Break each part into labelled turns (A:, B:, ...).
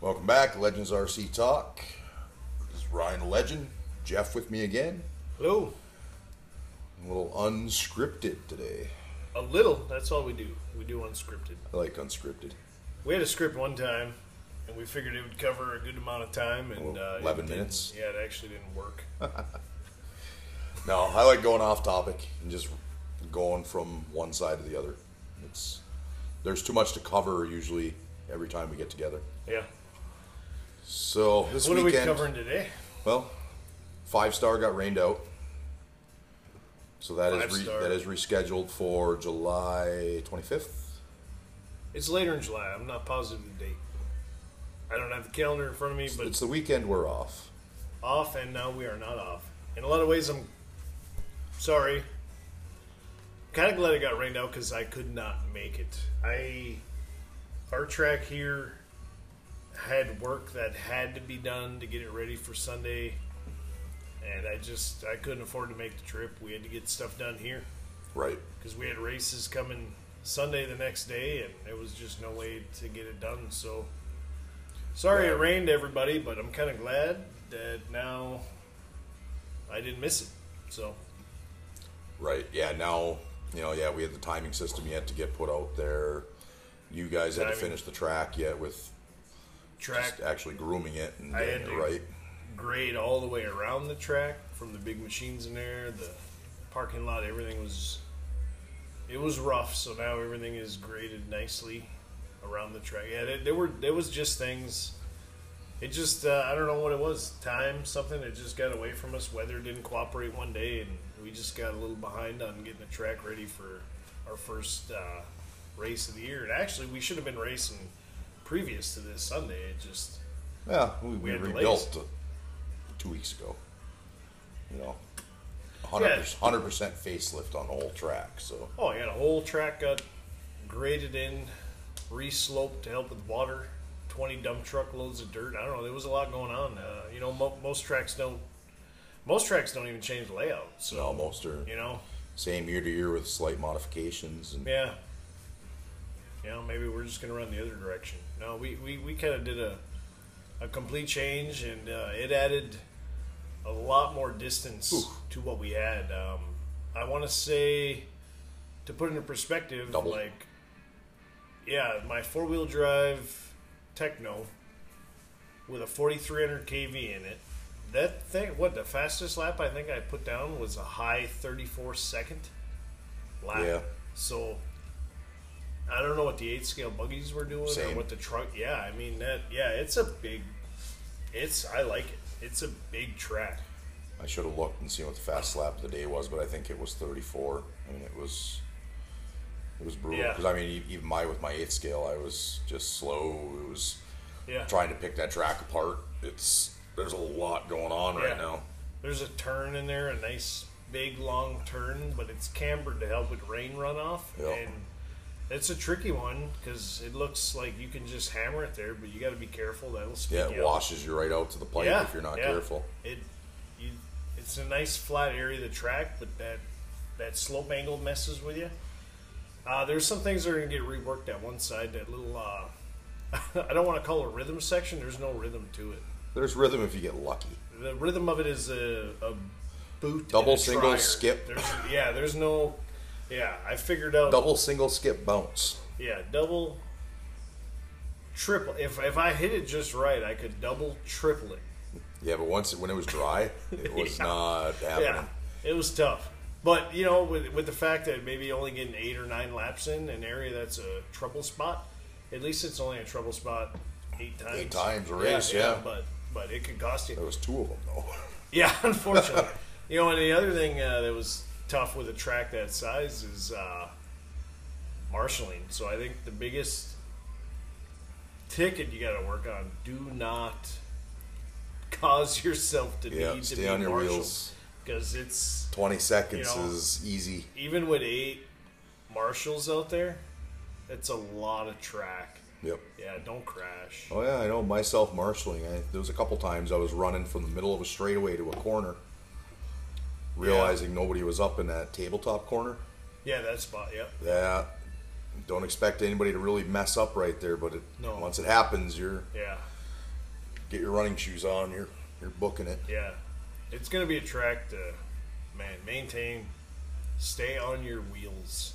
A: Welcome back, Legends RC Talk. This is Ryan Legend, Jeff with me again.
B: Hello.
A: A little unscripted today.
B: A little. That's all we do. We do unscripted.
A: I like unscripted.
B: We had a script one time, and we figured it would cover a good amount of time. And
A: Well,
B: uh,
A: 11
B: it didn't-
A: minutes. Uh,
B: Yeah, it actually didn't work.
A: No, I like going off topic and just going from one side to the other. It's there's too much to cover usually every time we get together.
B: yeah.
A: So this
B: what
A: weekend,
B: are we covering today?
A: well, five star got rained out, so that
B: Five
A: is re-
B: Star.
A: that is rescheduled for July 25th.
B: It's later in July. I'm not positive of the date. I don't have the calendar in front of me, but
A: It's the weekend we're off.
B: off, and now we are not off. In a lot of ways, I'm sorry. Kind of glad it got rained out because I could not make it. I our track here had work that had to be done to get it ready for Sunday, and I just I couldn't afford to make the trip. We had to get stuff done here
A: Right.
B: because we had races coming Sunday the next day, and there was just no way to get it done. So sorry
A: Yeah.
B: it rained, everybody, but I'm kind of glad that now I didn't miss it. So
A: Right. Yeah. Now, you know, yeah, we had the timing system yet to get put out there. You guys had to
B: Timing.
A: finish the track yet with
B: track
A: just actually grooming it and
B: I
A: getting
B: had
A: it
B: to-
A: right.
B: grade all the way around the track from the big machines in there, the parking lot, everything was it was rough. So now everything is graded nicely around the track. Yeah, there, there were there was just things. It just uh, I don't know what it was time something. It just got away from us. Weather didn't cooperate one day, and we just got a little behind on getting the track ready for our first uh, race of the year. And actually, we should have been racing previous to this Sunday. It just
A: Yeah, we, we
B: had
A: rebuilt two weeks ago. You know, 100%, 100% facelift on the whole track. So,
B: Oh, yeah, the whole track got graded in, re-sloped to help with water. Twenty dump truck loads of dirt. I don't know. There was a lot going on. Uh, you know, mo- most tracks don't. Most tracks don't even change the layout. So
A: no, most are
B: you know,
A: same year to year with slight modifications. And
B: yeah. You know, maybe we're just gonna run the other direction. No, we we, we kind of did a a complete change, and uh, it added a lot more distance
A: Oof.
B: to what we had. Um, I want to say, to put it into perspective,
A: Double.
B: like, yeah, my four wheel drive Techno with a 4300 kV in it. That thing, what the fastest lap I think I put down was a high 34 second lap.
A: Yeah.
B: So I don't know what the eight scale buggies were doing or
A: Same.
B: what the truck. Yeah, I mean that. Yeah, it's a big. It's I like it. It's a big track.
A: I should have looked and seen what the fast lap of the day was, but I think it was 34. I mean, it was it was brutal.
B: Yeah.
A: Because I mean, e- even my with my eighth scale, I was just slow. It was
B: Yeah.
A: trying to pick that track apart. It's there's a lot going on
B: Yeah.
A: right now.
B: There's a turn in there, a nice big long turn, but it's cambered to help with rain runoff,
A: Yeah.
B: and it's a tricky one because it looks like you can just hammer it there, but you got to be careful. That'll speed
A: Yeah,
B: you
A: it
B: up.
A: washes you right out to the pipe
B: Yeah,
A: if you're not
B: yeah.
A: careful.
B: It, you, it's a nice flat area of the track, but that that slope angle messes with you. Uh, there's some things that are gonna get reworked at one side. That little, uh, I don't want to call it a rhythm section. There's no rhythm to it.
A: There's rhythm if you get lucky.
B: The rhythm of it is a, a boot, and
A: Double,
B: a
A: single,
B: trier.
A: skip.
B: There's, yeah, there's no. Yeah, I figured out.
A: Double, single, skip, bounce.
B: Yeah, double, triple. If if I hit it just right, I could double, triple it.
A: Yeah, but once it, when it was dry, it was not happening.
B: Yeah, it was tough. But you know, with with the fact that maybe only getting eight or nine laps in an area that's a trouble spot, at least it's only a trouble spot eight times.
A: Eight times a race, yeah.
B: But but it could cost
A: There
B: you.
A: was two of them though.
B: Yeah, unfortunately. you know, and the other thing uh, that was tough with a track that size is uh, marshalling. So I think the biggest ticket you got to work on: do not cause yourself to
A: Yeah,
B: need to
A: stay
B: be
A: on your
B: marshaled
A: wheels.
B: because it's
A: Twenty seconds
B: You know.
A: is easy.
B: even with eight marshals out there, it's a lot of track.
A: Yep.
B: Yeah, don't crash.
A: Oh yeah, I know myself marshaling. I, there was a couple times I was running from the middle of a straightaway to a corner, realizing nobody was up in that tabletop corner.
B: Yeah, that spot. Yep.
A: That don't expect anybody to really mess up right there, but it,
B: No.
A: once it happens, you're
B: Yeah.
A: Get your running shoes on. You're you're booking it.
B: Yeah, it's gonna be a track to man maintain, stay on your wheels.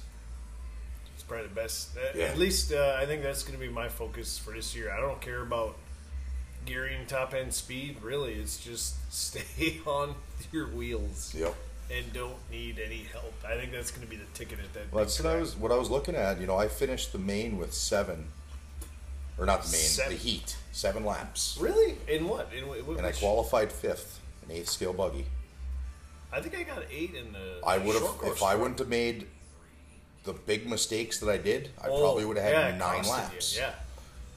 B: It's probably the best. at-
A: Yeah.
B: At least uh, I think that's gonna be my focus for this year. I don't care about gearing, top end speed. Really, it's just stay on your wheels
A: Yep.
B: and don't need any help. I think that's gonna be the ticket at that.
A: Well,
B: big
A: that's what I
B: track.
A: was what I was looking at. You know, I finished the main with seven, or not the main,
B: Seven.
A: the heat, seven laps,
B: Really? In what? In what?
A: and I qualified fifth, an eighth scale buggy.
B: I think I got eight in the.
A: I would have
B: short course.
A: if I wouldn't have made the big mistakes that I did. I probably
B: Oh,
A: would have had
B: yeah, it
A: nine
B: costed you,
A: laps
B: Yeah.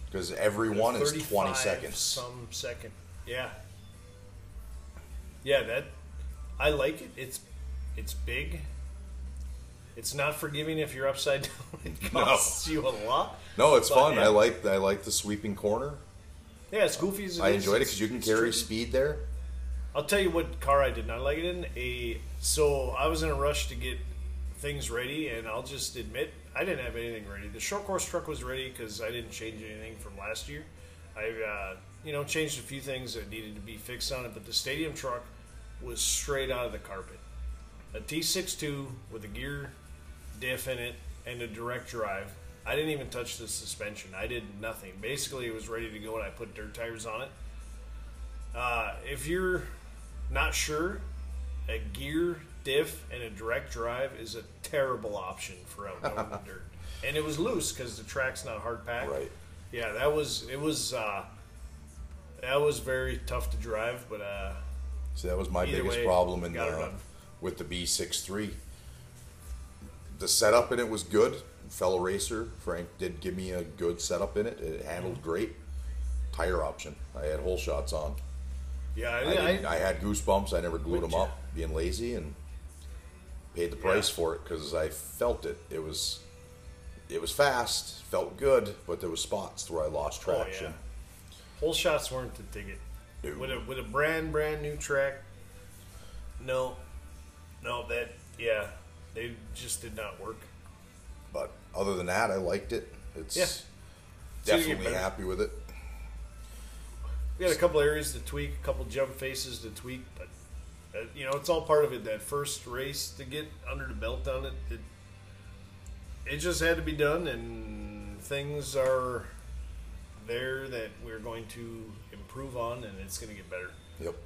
A: because every one is twenty
B: 35
A: seconds.
B: Some second. Yeah. Yeah, that I like it. It's it's big. It's not forgiving if you're upside down. It
A: No.
B: costs you a lot.
A: No, it's
B: But,
A: fun.
B: yeah.
A: I like I like the sweeping corner.
B: Yeah, it's goofy as it
A: I
B: is,
A: enjoyed it
B: it's-
A: because you can
B: it's
A: carry
B: tricky.
A: speed there.
B: I'll tell you what car I did not like it in. A so I was in a rush to get things ready, and I'll just admit I didn't have anything ready. The short course truck was ready because I didn't change anything from last year. I uh, you know changed a few things that needed to be fixed on it, but the stadium truck was straight out of the carpet. A T62 with a gear diff in it and a direct drive. I didn't even touch the suspension. I did nothing. Basically, it was ready to go, and I put dirt tires on it. Uh, if you're not sure, a gear diff and a direct drive is a terrible option for outdoor dirt. And it was loose because the track's not hard packed.
A: Right.
B: Yeah, that was it was uh, that was very tough to drive, but uh,
A: So that was my
B: Either
A: biggest
B: way,
A: problem in
B: got it
A: the,
B: done.
A: with the B63. The setup in it was good. Fellow racer Frank did give me a good setup in it. It
B: Mm-hmm.
A: handled great. Tire option. I had hole shots on.
B: yeah, I,
A: I,
B: I,
A: didn't, I had goosebumps. I never glued them
B: Would ya?
A: up, being lazy, and paid the price
B: Yeah.
A: for it because I felt it. It was, it was fast, felt good, but there was spots where I lost
B: Oh, yeah.
A: traction.
B: Whole shots weren't the ticket.
A: No.
B: With a with a brand brand new track. No, no, that yeah, they just did not work.
A: But other than that, I liked it. It's
B: Yeah. gonna get
A: definitely
B: better.
A: happy with it.
B: We got a couple areas to tweak, a couple jump faces to tweak, but uh, you know it's all part of it. That first race to get under the belt on it, it, it just had to be done, and things are there that we're going to improve on, and it's going to get better.
A: Yep.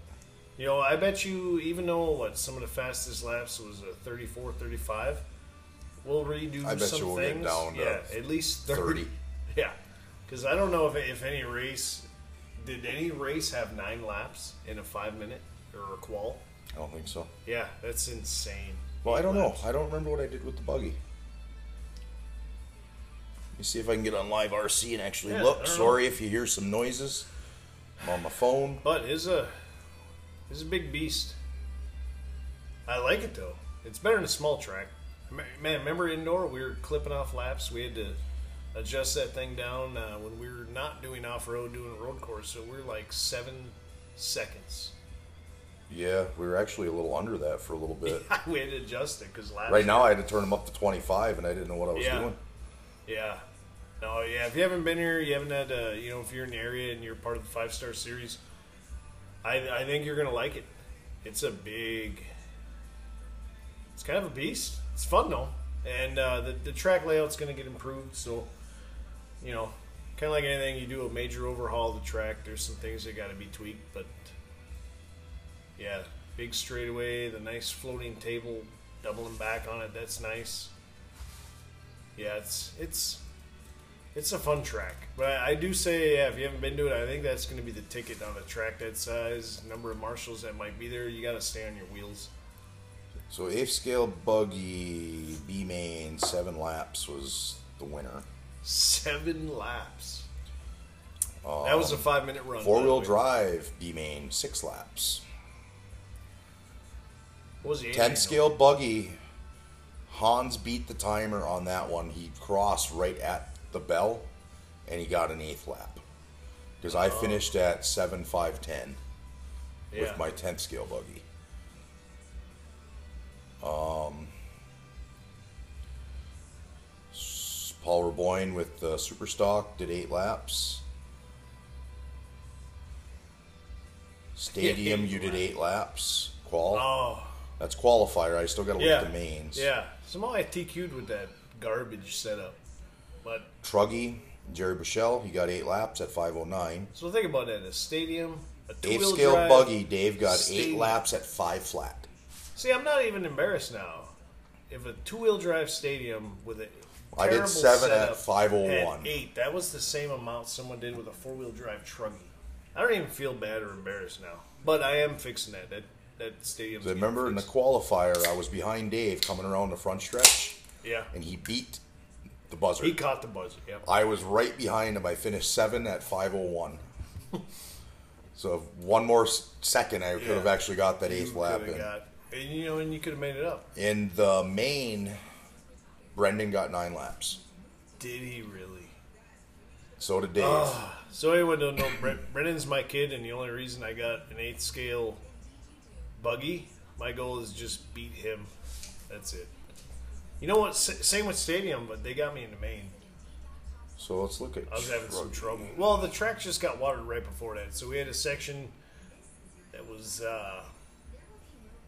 B: You know, I bet you, even though what some of the fastest laps was a 34, 35, we'll redo
A: I bet
B: some
A: you we'll get
B: things.
A: down to
B: yeah, at least 30.
A: 30.
B: Yeah, because I don't know if, if any race, did any race have nine laps in a five minute or a qual?
A: I don't think so.
B: Yeah, that's insane.
A: Well, I
B: Eight
A: don't know.
B: laps.
A: I don't remember what I did with the buggy. Let me see if I can get on live RC and actually
B: Yeah, I
A: look.
B: don't
A: Sorry if you hear some noises. I'm on my phone.
B: But is a is a big beast. I like it though. It's better than a small track. Ma- Man, remember indoor we were clipping off laps. We had to adjust that thing down uh, when we were not doing off road, doing a road course. So we are like seven seconds.
A: Yeah, we were actually a little under that for a little bit.
B: we had to adjust it because laps.
A: Right now, I had to turn them up to 25, and I didn't know what I was
B: Yeah.
A: doing.
B: Yeah. No, yeah. If you haven't been here, you haven't had, uh, you know, if you're in the area and you're part of the five star series, I, I think you're going to like it. It's a big, it's kind of a beast. It's fun though. And uh, the, the track layout's going to get improved. So, you know, kind of like anything, you do a major overhaul of the track, there's some things that got to be tweaked. But yeah, big straightaway, the nice floating table, doubling back on it, that's nice yeah, it's it's it's a fun track. But I, I do say, yeah, if you haven't been to it, I think that's going to be the ticket on a track that size, number of marshals that might be there. You got to stay on your wheels.
A: So, eighth scale buggy, B main, seven laps was the winner.
B: Seven laps. that was a five minute run.
A: Four wheel
B: by the way.
A: Um, drive, B main, six laps.
B: What was the
A: 10 scale buggy. Hans beat the timer on that one. He crossed right at the bell and he got an eighth lap. Because I finished at 7 5 10
B: Yeah.
A: with my 10th scale buggy. Um, s- Paul Raboyne with the Superstock did eight laps. Stadium, you did eight laps. Qual.
B: Oh,
A: That's qualifier. I still got to
B: yeah.
A: look at the mains.
B: Yeah. Somehow I TQ'd with that garbage setup. But
A: Truggy, Jerry Bushell, he got eight laps at 509.
B: so think about that: a stadium, a
A: Dave
B: two-wheel
A: Scale
B: drive.
A: Buggy, Dave got eight
B: Stadium.
A: laps at five flat.
B: See, I'm not even embarrassed now. If a two-wheel drive stadium with a
A: I did
B: terrible
A: seven oh at
B: setup
A: 501.
B: had Eight. That was the same amount someone did with a four-wheel drive truggy. I don't even feel bad or embarrassed now, but I am fixing that. That that stadium.
A: I remember in the qualifier, I was behind Dave coming around the front stretch,
B: yeah,
A: and he beat the buzzer.
B: he caught the buzzer. Yeah,
A: I was right behind him. I finished seven at 501. so if one more s- second, I could have
B: Yeah.
A: actually got that eighth
B: You
A: lap.
B: coulda
A: in.
B: got- and you know, and you could have made it up.
A: In the main, Brendan got nine laps.
B: Did he really?
A: So did Dave.
B: So anyone don't know, Brent, Brennan's my kid, and the only reason I got an eighth scale buggy, my goal is just beat him. That's it. You know what? S- same with Stadium, but they got me in the main.
A: so let's look at.
B: I was having some
A: Truggy.
B: trouble. Well, the track just got watered right before that, so we had a section that was uh,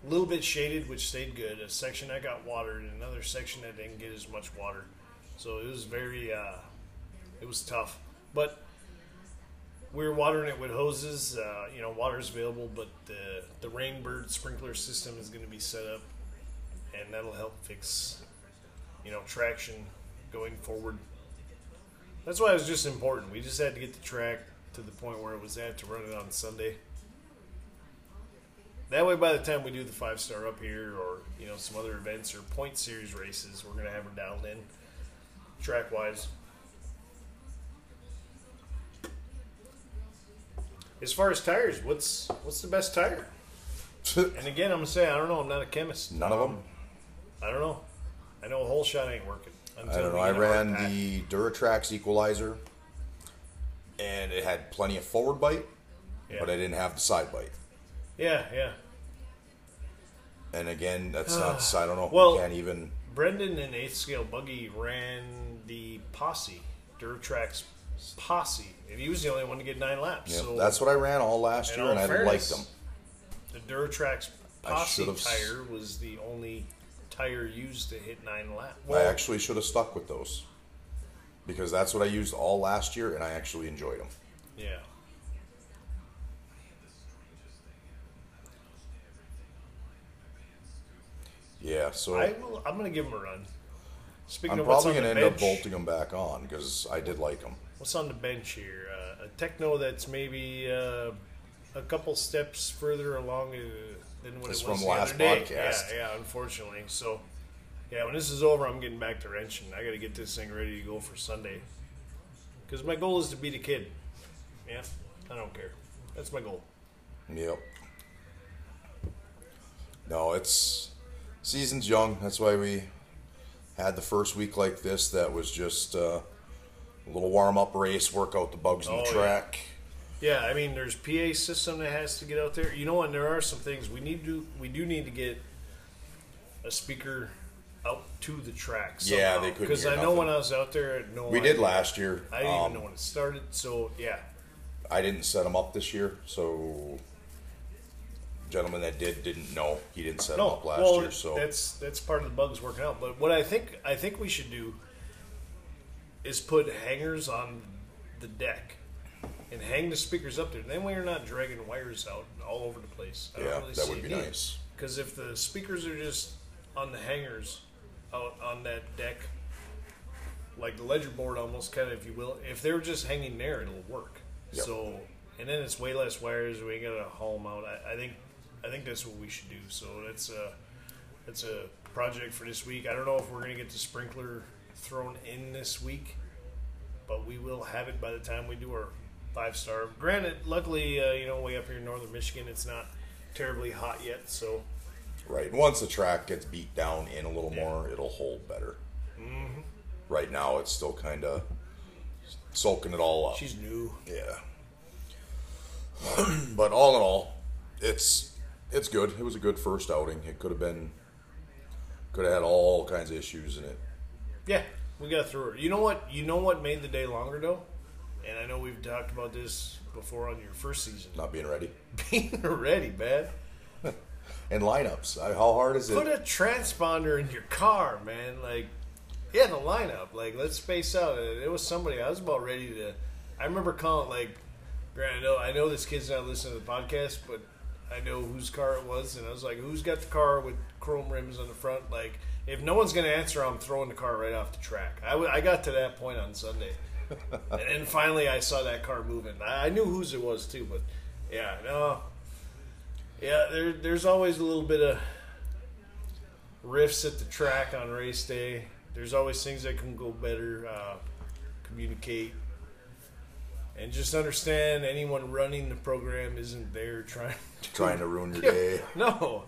B: a little bit shaded, which stayed good. A section that got watered, and another section that didn't get as much water. So it was very, uh, it was tough. But we were watering it with hoses. Uh, you know, water's available, but the the Rainbird sprinkler system is going to be set up, and that'll help fix, you know, traction going forward. That's why it was just important. We just had to get the track to the point where it was at to run it on Sunday. That way, by the time we do the five star up here, or you know some other events or point series races, we're gonna have her dialed in track wise. As far as tires, what's what's the best tire? And again, I'm gonna say I don't know. I'm not a chemist.
A: None of them.
B: I don't know. I know a whole shot ain't working.
A: I
B: until
A: don't know.
B: we
A: I
B: get a hard
A: ran
B: pack.
A: the Duratrax Equalizer, and it had plenty of forward bite,
B: yeah.
A: but I didn't have the side bite.
B: yeah, yeah.
A: And again, that's not. I don't know.
B: Well-
A: we can't even.
B: Brendan and Eighth Scale Buggy ran the posse, Duratrax posse, and he was the only one to get nine laps.
A: you know,
B: so
A: that's what I ran all last
B: in
A: year,
B: all
A: and I
B: fairness,
A: liked them.
B: The Duratrax
A: I
B: posse
A: should've s-
B: tire was the only tire used to hit nine laps.
A: I actually should have stuck with those because that's what I used all last year, and I actually enjoyed them.
B: yeah.
A: Yeah, so
B: I
A: I,
B: will. I'm gonna give him a run. Speaking
A: am
B: of what's
A: probably
B: on the
A: going to end
B: bench,
A: up bolting them back on because I did like them.
B: what's on the bench here? Uh, a techno that's maybe uh, a couple steps further along uh, than what
A: It's
B: it
A: from
B: was the
A: last
B: other day.
A: podcast.
B: Yeah, yeah, unfortunately. So, yeah, when this is over, I'm getting back to wrenching. I got to get this thing ready to go for Sunday because my goal is to beat a kid. Yeah, I don't care. That's my goal.
A: Yep. No, it's season's young. That's why we had the first week like this. That was just uh, a little warm up race, work out the bugs in
B: Oh,
A: the
B: yeah.
A: track.
B: Yeah, I mean, there's PA system that has to get out there. You know what? There are some things we need to. We do need to get a speaker out to the track.
A: Yeah, they couldn't
B: Because
A: hear
B: I know
A: nothing.
B: when I was out there, no.
A: We did last year.
B: I didn't
A: Um,
B: even know when it started. So yeah,
A: I didn't set them up this year, so gentleman that did didn't know he didn't set them
B: no.
A: up last
B: Well,
A: year. So
B: that's that's part of the bugs working out. But what I think I think we should do is put hangers on the deck and hang the speakers up there. Then we're not dragging wires out all over the place. I don't
A: yeah,
B: really
A: that
B: see
A: would
B: a
A: be
B: need.
A: nice.
B: Because if the speakers are just on the hangers out on that deck, like the ledger board almost kind of, if you will, if they're just hanging there, it'll work.
A: Yep.
B: So, and then it's way less wires. We ain't gotta haul 'em out. I, I think, I think that's what we should do. So that's a, that's a project for this week. I don't know if we're gonna get the sprinkler thrown in this week, but we will have it by the time we do our five star. Granted, luckily, uh, you know, way up here in northern Michigan, it's not terribly hot yet, so
A: Right. And once the track gets beat down in a little more, it'll hold better.
B: Mm-hmm.
A: Right now, it's still kind of soaking it all up.
B: she's new.
A: yeah. but all in all, it's it's good. It was a good first outing. It could have been could have had all kinds of issues in it.
B: Yeah, we got through her. You know what? You know what made the day longer though? And I know we've talked about this before on your first season.
A: Not being ready.
B: Being ready, man.
A: And lineups. I, how hard is
B: Put
A: it?
B: a transponder in your car, man. Like, yeah, the lineup. Like, let's space out. It it was somebody I was about ready to. I remember calling like, Grant. I know, I know this kid's not listening to the podcast, but I know whose car it was, and I was like, who's got the car with chrome rims on the front? Like, if no one's gonna answer, I'm throwing the car right off the track. I, w- I got to that point on Sunday, and then finally I saw that car moving. I, I knew whose it was too, but yeah, no. Yeah, there, there's always a little bit of riffs at the track on race day. There's always things that can go better. Uh, communicate and just understand anyone running the program isn't there trying.
A: Trying to ruin your day.
B: no,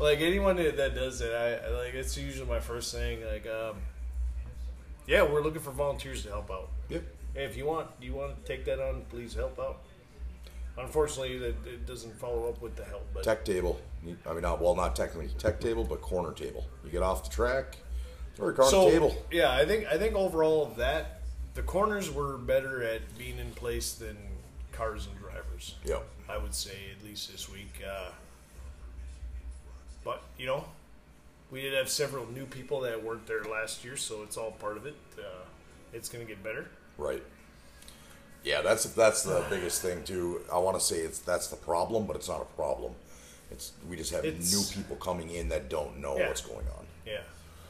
B: like anyone that that does it, I I- like. It's usually my first thing. Like, um, yeah, we're looking for volunteers to help out.
A: Yep.
B: Hey, if you want, you want to take that on, please help out. Unfortunately, that it doesn't follow up with the help. But
A: Tech table. You- I mean, not, well, not technically tech table, but corner table. You get off the track, throw your car on
B: so
A: the table.
B: yeah, I think I think overall of that, the corners were better at being in place than cars and drivers.
A: Yep.
B: I would say at least this week. Uh, but you know, we did have several new people that weren't there last year, so it's all part of it. Uh, it's going to get better.
A: Right. Yeah, that's that's the biggest thing too. I want to say it's that's the problem, but it's not a problem. It's we just have
B: It's-
A: new people coming in that don't know
B: Yeah.
A: what's going on.
B: Yeah.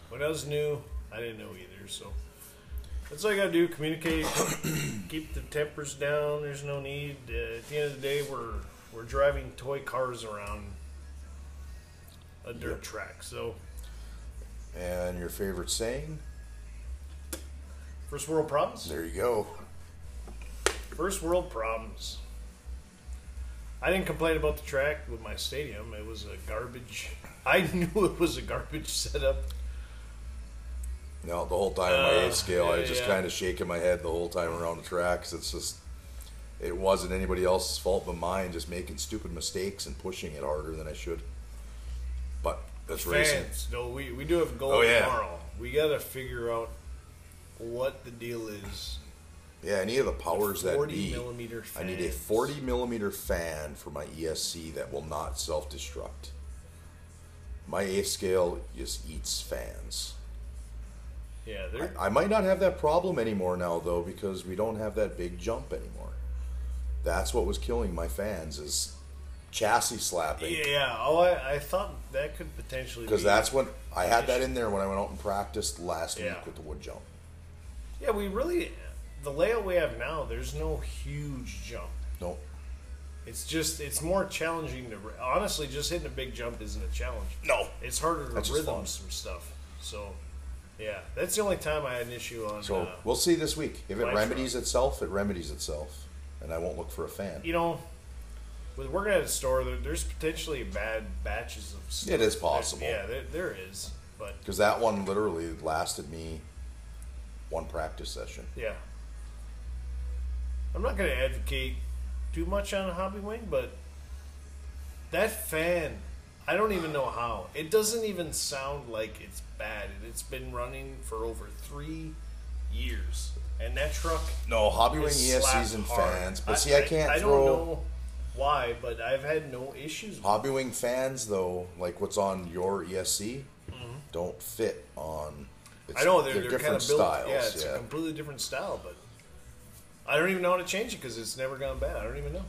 B: When I was new, I didn't know either, so that's all I got to do: communicate, keep the tempers down. There's no need. Uh, at the end of the day, we're we're driving toy cars around a dirt
A: Yep.
B: track. So
A: And your favorite saying?
B: first world problems.
A: There you go.
B: First world problems. I didn't complain about the track with my stadium. It was a garbage. I knew it was a garbage setup.
A: No, the whole time my
B: Uh,
A: A scale, I was just
B: yeah.
A: kind of shaking my head the whole time around the tracks. It's just it wasn't anybody else's fault but mine, just making stupid mistakes and pushing it harder than I should. But that's racing.
B: Fans, no, we, we do have a goal
A: Oh, yeah.
B: tomorrow. We got to figure out what the deal is.
A: Yeah, any of the powers Oh, that
B: 40
A: be.
B: millimeter
A: I need a
B: fans.
A: 40 millimeter fan for my ESC that will not self destruct. My A scale just eats fans.
B: Yeah, they're,
A: I might not have that problem anymore now though because we don't have that big jump anymore. That's what was killing my fans is chassis slapping.
B: yeah. Oh, I, I thought that could potentially
A: Because
B: be-
A: that's when I had that in there when I went out and practiced last
B: Yeah.
A: week with the wood jump.
B: yeah. We really the layout we have now. There's no huge jump.
A: No,
B: It's just it's more challenging to honestly just hitting a big jump isn't a challenge.
A: no.
B: It's harder to
A: That's just
B: rhythm
A: fun.
B: some stuff. So, yeah, that's the only time I had an issue on.
A: So
B: uh,
A: we'll see this week. If it
B: Lights
A: remedies itself, it remedies itself, and I won't look for a fan.
B: you know, with working at a store, there, there's potentially bad batches of stuff.
A: It is possible.
B: Yeah, there, there is, but
A: Because that one literally lasted me one practice session.
B: yeah, I'm not going to advocate too much on Hobby Wing, but that fan, I don't even know how. It doesn't even sound like it's bad, and it's been running for over three years, and that truck.
A: No, Hobby Wing
B: It's slapped
A: ESCs and
B: hard.
A: fans, but see, I can't
B: I,
A: throw.
B: don't know why, but I've had no issues. With
A: Hobby Wing fans, though, like what's on your ESC, don't fit on. It's,
B: I know they're, they're, kind of built. yeah, it's
A: yeah.
B: a completely different style, but I don't even know how to change it because it's never gone bad. I don't even know.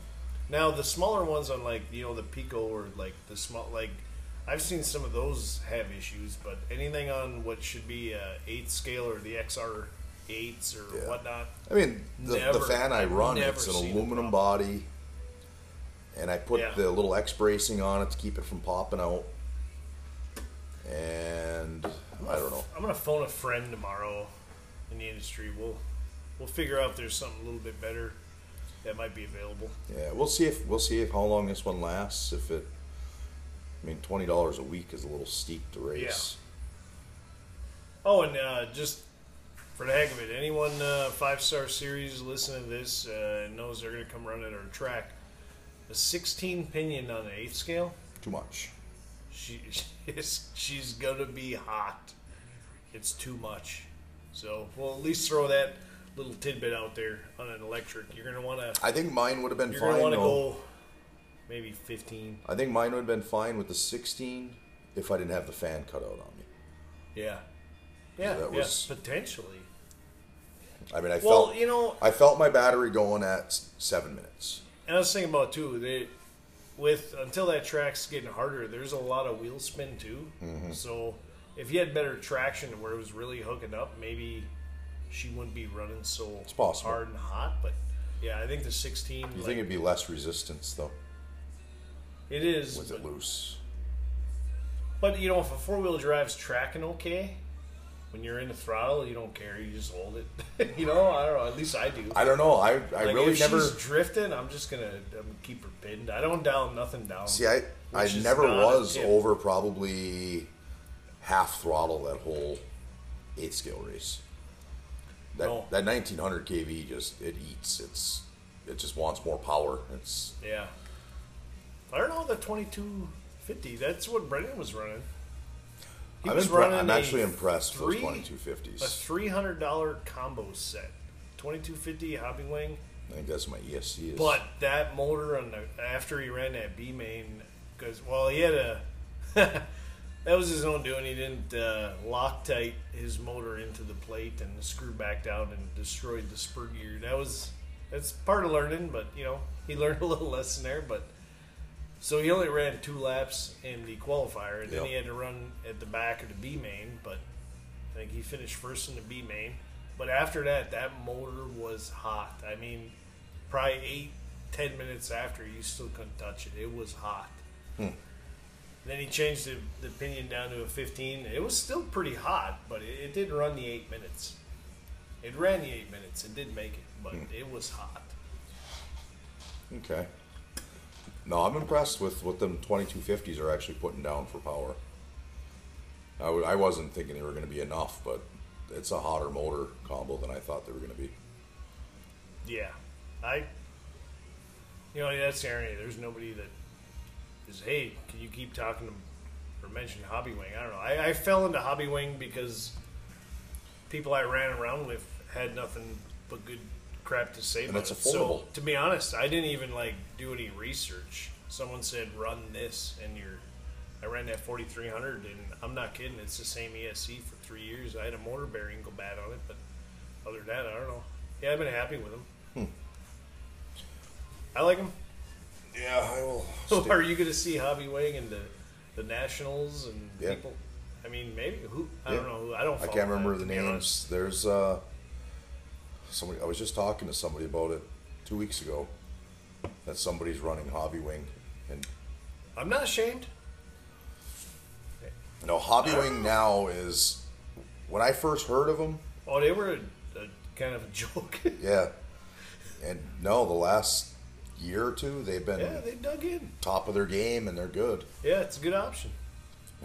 B: Now the smaller ones on like you know the Pico or like the small like I've seen some of those have issues, but anything on what should be a eight scale or the XR eights or
A: Yeah.
B: whatnot,
A: I mean, the,
B: Never-
A: the fan I
B: I've
A: run,
B: never
A: it's an
B: seen a
A: aluminum
B: problem.
A: body, and I put
B: Yeah.
A: the little X bracing on it to keep it from popping out. And I don't know.
B: I'm gonna phone a friend tomorrow in the industry. We'll we'll figure out if there's something a little bit better that might be available.
A: Yeah, we'll see if we'll see if how long this one lasts. If it, I mean, twenty dollars a week is a little steep to race.
B: Oh, and uh, just for the heck of it, anyone uh, five star series listening to this uh, knows they're going to come run at our track. A 16 pinion on the eighth scale,
A: Too much.
B: she is, she's going to be hot. It's too much. So we'll at least throw that little tidbit out there on an electric. You're gonna want to.
A: I think mine would have been
B: You're
A: fine.
B: gonna want to
A: though.
B: go maybe 15.
A: I think mine would have been fine with the 16 if I didn't have the fan cut out on me.
B: Yeah. Yeah.
A: That
B: yeah,
A: was-
B: potentially.
A: I mean, I
B: Well,
A: felt
B: you know,
A: I felt my battery going at s- seven minutes.
B: and I was thinking about too that with until that track's getting harder, there's a lot of wheel spin too.
A: Mm-hmm.
B: So if you had better traction to where it was really hooking up, maybe she wouldn't be running so
A: possible.
B: hard and hot. But yeah, I think the 16.
A: You
B: like,
A: think it'd be less resistance though
B: it is,
A: with
B: but,
A: it loose?
B: but, you know, if a four wheel drive's tracking okay. When you're in the throttle, you don't care. You just hold it. you know, I don't know. At least I do.
A: I don't know. I I
B: Like,
A: really
B: if
A: never
B: she's drifting, I'm just gonna I'm gonna keep her pinned. I don't dial nothing down.
A: see. I I
B: Which is
A: never
B: not a
A: was
B: tip.
A: over probably half throttle that whole eight scale race. That
B: No.
A: that 1900 kV just it eats. It's it just wants more power. It's
B: Yeah. I don't know the 2250. That's what Brendan was running. He
A: I'm,
B: was
A: impre-
B: running
A: I'm
B: a
A: actually impressed for
B: three- A
A: 2250s.
B: three hundred dollar combo set, 2250 Hobby Wing.
A: I think that's what my ESC is.
B: But that motor on the after he ran that B main because well he had a that was his own doing. He didn't uh, loctite his motor into the plate and the screw back down and destroyed the spur gear. That was that's part of learning, but you know he learned a little lesson there. But so he only ran two laps in the qualifier, and then
A: Yep.
B: he had to run at the back of the B main. But I think he finished first in the B main. But after that, that motor was hot. I mean, probably eight, ten minutes after, you still couldn't touch it. It was hot. Then he changed the, the pinion down to a 15. It was still pretty hot, but it, it did run the eight minutes. It ran the eight minutes. It did make it, but it was hot.
A: Okay. No, I'm impressed with what them 2250s are actually putting down for power. I w- I wasn't thinking they were going to be enough, but it's a hotter motor combo than I thought they were going to be.
B: Yeah, I. You know that's the irony. There's nobody that is. Hey, can you keep talking to or mention Hobby Wing? I don't know. I, I fell into Hobby Wing because people I ran around with had nothing but good crap to say.
A: And
B: about
A: it's
B: it. So
A: affordable.
B: to be honest, I didn't even like do any research. Someone said run this, and you're. I ran that 4300, and I'm not kidding. It's the same ESC for three years. I had a motor bearing go bad on it, but other than that, I don't know. Yeah, I've been happy with them.
A: Hmm.
B: I like them.
A: Yeah, I will.
B: So are you going to see Hobby Wing and the, the Nationals and
A: Yeah.
B: people? I mean, maybe who? I
A: Yeah.
B: don't know. Who, I don't.
A: I
B: follow
A: can't remember
B: that,
A: the
B: to be honest.
A: names. There's uh, somebody. I was just talking to somebody about it two weeks ago. That somebody's running Hobby Wing, and
B: I'm not ashamed.
A: no, Hobby Wing now is. When I first heard of them,
B: Oh, they were a, a kind of a joke.
A: Yeah. And no, the last year or two, they've been
B: yeah, they dug in.
A: top of their game and they're good.
B: Yeah, it's a good option.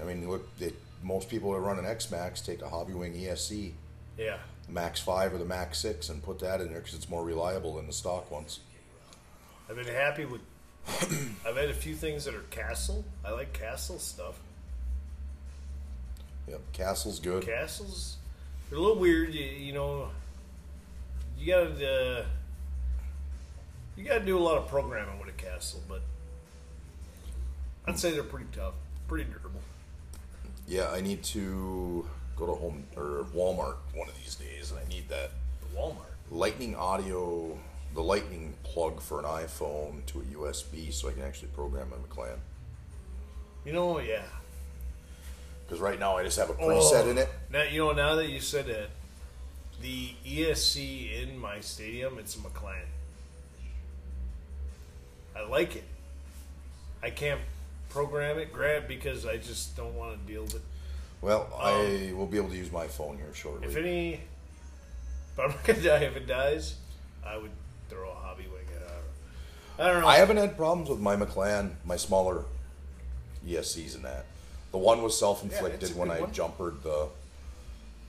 A: I mean, look, they, most people that run an X Max take a Hobby Wing ESC,
B: Yeah,
A: Max 5 or the Max 6, and put that in there because it's more reliable than the stock ones.
B: I've been happy with. I've had a few things that are Castle. I like Castle stuff.
A: Yep, Castle's good.
B: castles they're a little weird you, you know you gotta uh, you gotta do a lot of programming with a castle but i'd say they're pretty tough pretty durable
A: Yeah, I need to go to home or Walmart one of these days, and I need that
B: the walmart
A: Lightning audio, the Lightning plug for an iPhone to a USB so I can actually program my McLaren.
B: you know yeah Oh,
A: Because right now I just have a preset in it.
B: now you know now that you said that the esc in my stadium it's a mclaren i like it i can't program it grab because i just don't want to deal with it
A: Well, I will be able to use my phone here shortly.
B: Um, If any, but I'm not gonna die if it dies. I would throw a hobby wing at it. I don't know.
A: I haven't had problems with my McLaren, my smaller ESCs and that. The one was
B: Yeah, it's
A: self-inflicted
B: a
A: when
B: good
A: I
B: one.
A: jumpered the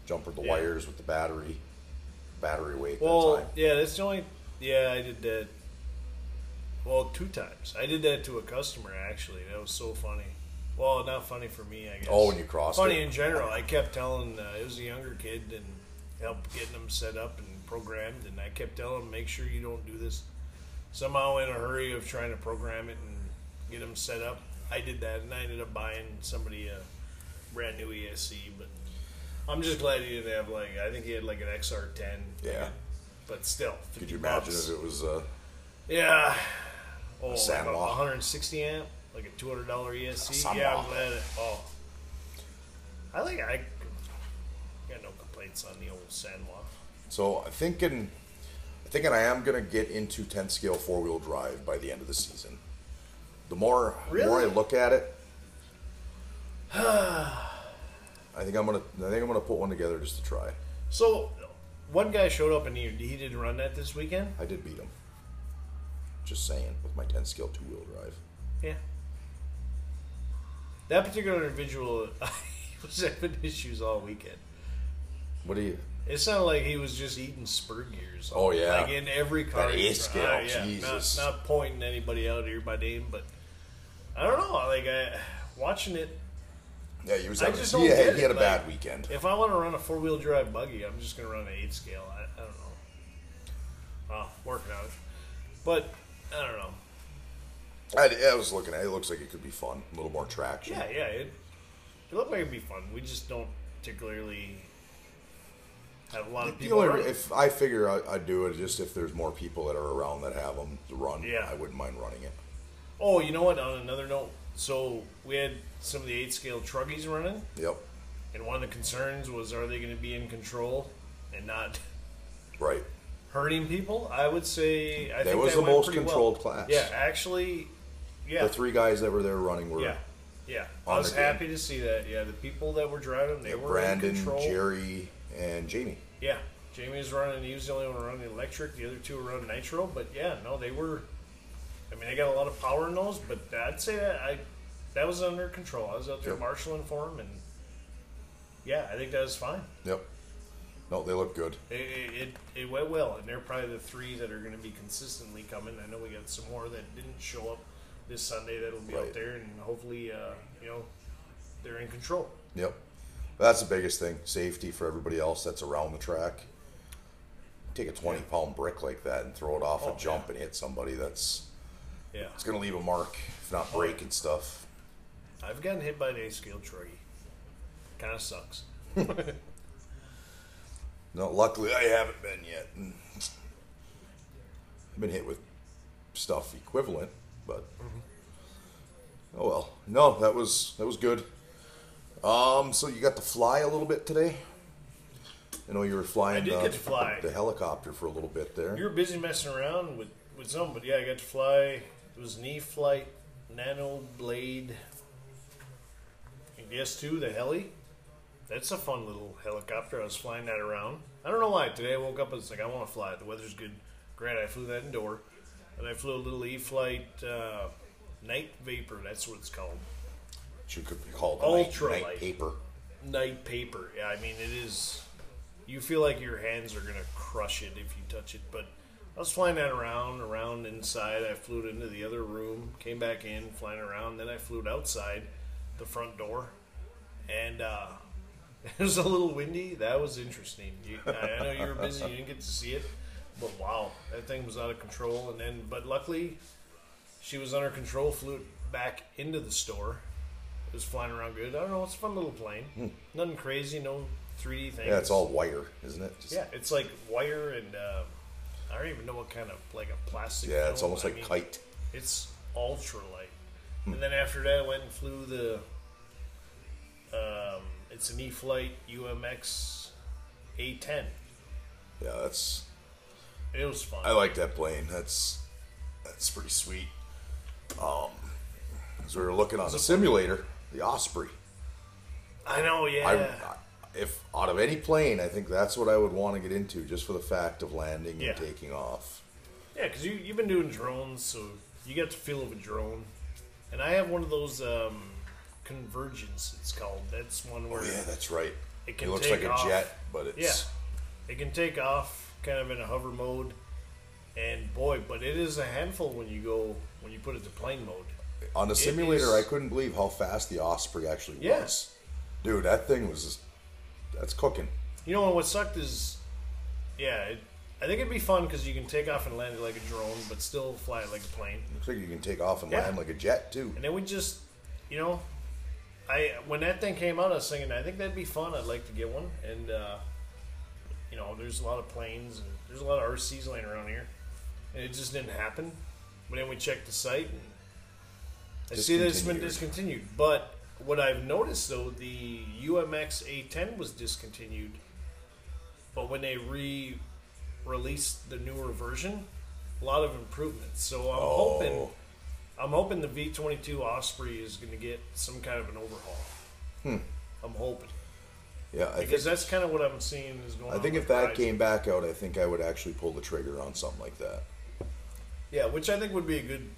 A: jumpered the
B: Yeah.
A: wires with the battery battery weight
B: well,
A: that time.
B: yeah, that's the only. Yeah, I did that. Well, two times. I did that to a customer actually. That was so funny. Well, not funny for me, I guess.
A: Oh, when you crossed
B: funny
A: it.
B: in general. I kept telling uh, it was a younger kid, and help getting them set up and programmed. And I kept telling them, make sure you don't do this somehow in a hurry of trying to program it and get them set up. I did that, and I ended up buying somebody a brand new ESC. But I'm just glad he didn't have like I think he had like an XR10.
A: Yeah.
B: But still,
A: Could
B: 50
A: you imagine
B: bucks.
A: if it was uh,
B: Yeah. Oh,
A: Sam
B: about
A: Law.
B: 160 amp, like a $200 ESC.
A: Sam
B: E yeah,
A: Law.
B: I'm glad. It, oh, I think I got no complaints on the old San Juan.
A: So I'm thinking, I'm thinking I am gonna get into 10 scale four wheel drive by the end of the season. The more the more I
B: Really?
A: look at it, I think I'm gonna I think I'm gonna put one together just to try.
B: So, one guy showed up and he, he didn't run that this weekend.
A: I did beat him. Just saying, with my 10 scale two wheel drive.
B: Yeah. That particular individual was having issues all weekend.
A: What do you?
B: It sounded like he was just eating spur gears.
A: Oh, yeah.
B: like in every car.
A: That
B: he
A: is
B: dri-
A: scale,
B: Ah, yeah,
A: Jesus.
B: Not, not pointing anybody out here by name, but I don't know. Like I, watching it,
A: Yeah, he was.
B: I
A: Having,
B: just
A: he,
B: don't
A: had,
B: get
A: he had a
B: it,
A: bad
B: like-
A: weekend.
B: if I want to run a four wheel drive buggy, I'm just gonna run an eight scale. I, I don't know. Oh, working on it, but I don't know.
A: I, I was looking at. it. It looks like it could be fun. A little more traction.
B: Yeah, yeah. It, it looked like it'd be fun. We just don't particularly have a lot of
A: The
B: people.
A: only,
B: around.
A: if I figure I, I'd do it just if there's more people that are around that have them to run,
B: Yeah.
A: I wouldn't mind running it.
B: oh, you know what? On another note, so we had some of the eight scale truggies running.
A: Yep.
B: And one of the concerns was, are they going to be in control and not
A: Right.
B: hurting people? I would say I
A: That
B: think
A: was
B: that
A: the
B: went
A: most
B: pretty well.
A: controlled class.
B: Yeah, actually, yeah,
A: The three guys that were there running were
B: yeah, yeah.
A: On
B: I was
A: the game.
B: happy to see that. Yeah, the people that were driving, they were in
A: Brandon,
B: control.
A: Jerry, and Jamie.
B: Yeah, Jamie was running. He was the only one running electric. The other two were running nitro. But yeah, no, they were. I mean, they got a lot of power in those. But I'd say that I that was under control. I was out there
A: Yep.
B: marshaling for him, and yeah, I think that was fine.
A: Yep. No, they look good.
B: It, it, it, it went well, and they're probably the three that are going to be consistently coming. I know we got some more that didn't show up this Sunday that'll be
A: Right.
B: out there, and hopefully, uh, you know, they're in control.
A: Yep. That's the biggest thing. Safety for everybody else that's around the track. Take a twenty pound brick like that and throw it off
B: Oh,
A: a jump
B: yeah.
A: and hit somebody. That's
B: Yeah,
A: it's gonna leave a mark, if not break and stuff.
B: I've gotten hit by an A scale truggy. Kind of sucks.
A: No, luckily I haven't been yet. I've been hit with stuff equivalent, but
B: Mm-hmm.
A: oh well. No, that was that was good. Um, so you got to fly a little bit today. I know you were flying
B: did
A: uh,
B: get to fly.
A: the helicopter for a little bit there.
B: You were busy messing around with with something, but yeah, I got to fly. It was knee flight, nano blade, and DS2, the heli. That's a fun little helicopter. I was flying that around. I don't know why. Today I woke up and it's like I want to fly. it. The weather's good. Granted, I flew that indoor, and I flew a little E flight uh, night vapor. That's what it's called.
A: She could be called night,
B: Ultralight.
A: night paper.
B: Night paper. Yeah, I mean it is. You feel like your hands are gonna crush it if you touch it. But I was flying that around, around inside. I flew it into the other room, came back in, flying around. Then I flew it outside the front door, and uh, it was a little windy. That was interesting. You, I I know you were busy. You didn't get to see it, but wow, that thing was out of control. And then, but luckily, she was under control. Flew it back into the store. It was flying around good. I don't know. It's a fun little plane. Nothing crazy. No 3D things.
A: Hmm. Yeah, it's all wire, isn't it? Just-
B: Yeah, it's like wire and uh, I don't even know what kind of like a plastic.
A: yeah, it's
B: film.
A: almost
B: Oh, I
A: like
B: mean,
A: kite. Hmm.
B: It's ultra light. And then after that, I went and flew the. Um, it's an E-Flight UMX A10.
A: Yeah, that's
B: It was fun.
A: I like that plane. That's that's pretty sweet. Um, as we were looking on the simulator, the Osprey.
B: I know. Yeah.
A: I, I if out of any plane, I think that's what I would want to get into, just for the fact of landing
B: Yeah.
A: and taking off.
B: Yeah, because you you've been doing drones, so you get the feel of a drone. And I have one of those um, convergence. It's called. That's one where
A: Oh, Yeah, that's right.
B: It
A: It,
B: can
A: looks
B: take
A: like a
B: off.
A: jet, but it's
B: yeah, it can take off kind of in a hover mode. And boy, but it is a handful when you go when you put it to plane mode.
A: on the simulator.
B: is-
A: I couldn't believe how fast the Osprey actually
B: Yeah.
A: was. Dude, that thing was just, that's cooking.
B: You know what sucked is, yeah, it, I think it'd be fun because you can take off and land it like a drone, but still fly it like a plane.
A: Looks like you can take off and
B: Yeah.
A: land like a jet too.
B: And then we just, you know, I when that thing came out, I was thinking I think that'd be fun. I'd like to get one, and uh, you know, there's a lot of planes and there's a lot of RCs laying around here, and it just didn't happen. But then we checked the site, and I see that it's been discontinued. But what I've noticed though, the UMX A10 was discontinued, but when they re-released the newer version, a lot of improvements. So I'm hoping.
A: Oh.
B: I'm hoping the V22 Osprey is going to get some kind of an overhaul. I'm hoping
A: Yeah, Hmm. I think,
B: because that's kind of what I'm seeing is going.
A: I
B: on
A: think
B: with
A: if that
B: Horizon.
A: came back out, I think I would actually pull the trigger on something like that.
B: yeah, which I think would be a good,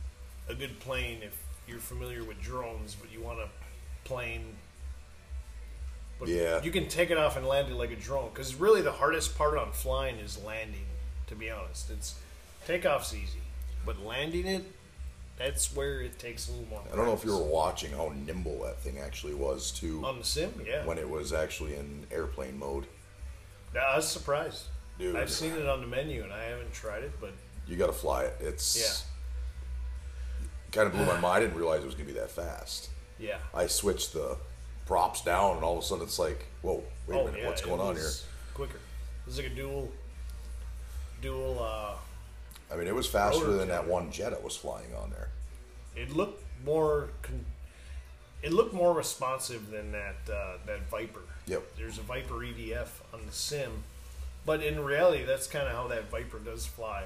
B: a good plane if you're familiar with drones, but you want a plane. But
A: Yeah.
B: you can take it off and land it like a drone because really the hardest part on flying is landing. To be honest, it's takeoff's easy, but landing it, that's where it takes a little more.
A: I don't know if you
B: practice.
A: were watching how nimble that thing actually was too
B: on the sim. Oh, Yeah,
A: when it was actually in airplane mode.
B: Yeah, I was surprised.
A: Dude.
B: I've seen it on the menu and I haven't tried it, but
A: You got to fly it. It's kind of blew my mind. I didn't realize it was going to be that fast.
B: yeah.
A: I switched the props down, and all of a sudden it's like, whoa, wait a
B: oh,
A: minute,
B: yeah,
A: what's
B: it
A: going on here?
B: was Quicker. It was like a dual, dual. uh
A: I mean, it was faster
B: rotor
A: than that
B: cutter.
A: one jet I was flying on there.
B: It looked more. Con- it looked more responsive than that uh, that Viper.
A: Yep.
B: There's a Viper EDF on the sim, but in reality, that's kind of how that Viper does fly.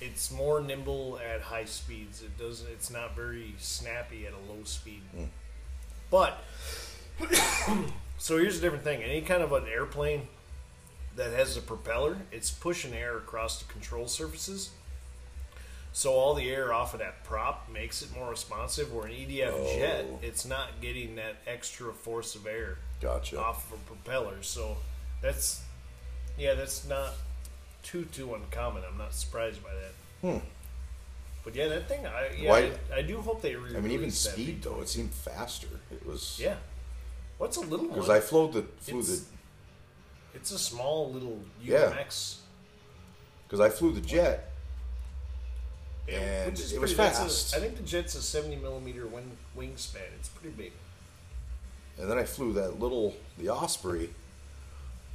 B: It's more nimble at high speeds. It does. It's not very snappy at a low speed.
A: Hmm.
B: But so here's a different thing. Any kind of an airplane that has a propeller, it's pushing air across the control surfaces. So all the air off of that prop makes it more responsive. Where an EDF jet,
A: Oh.
B: it's not getting that extra force of air
A: Gotcha.
B: off of a propeller. So that's yeah, that's not too too uncommon. I'm not surprised by that. But yeah, that thing. I yeah,
A: Hmm. Why-
B: I, I do hope they.
A: I mean, even
B: re-release that
A: speed though, it seemed faster. It was
B: yeah. What's a little
A: because
B: one?
A: I flew the flew
B: It's-
A: the
B: it's a small little
A: Yeah.
B: UMX.
A: because I flew the jet.
B: Yeah.
A: And it was fast.
B: I think the jet's a 70 millimeter wing, wingspan. It's pretty big.
A: And then I flew that little the Osprey,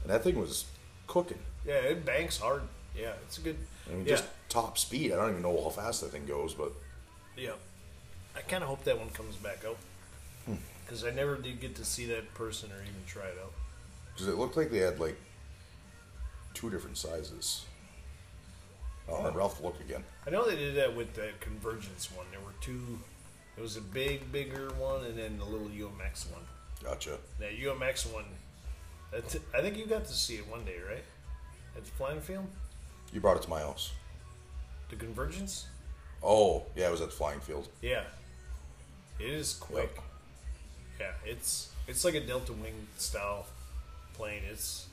A: and that thing was cooking.
B: Yeah, it banks hard. Yeah, it's a good.
A: I mean,
B: yeah,
A: just top speed. I don't even know how fast that thing goes, but
B: yeah. I kind of hope that one comes back out
A: Hmm.
B: because I never did get to see that person or even try it out.
A: because it looked like they had like two different sizes. Oh, remember. I'll have to look again.
B: I know they did that with that convergence one. There were two. It was a big, bigger one, and then the little UMX one.
A: Gotcha.
B: That UMX one. That's, I think you got to see it one day, right? At the flying field,
A: You brought it to my house.
B: the convergence.
A: Oh, yeah, it was at the flying field.
B: Yeah, it is quick.
A: Yep.
B: Yeah, it's it's like a delta wing style plane. It's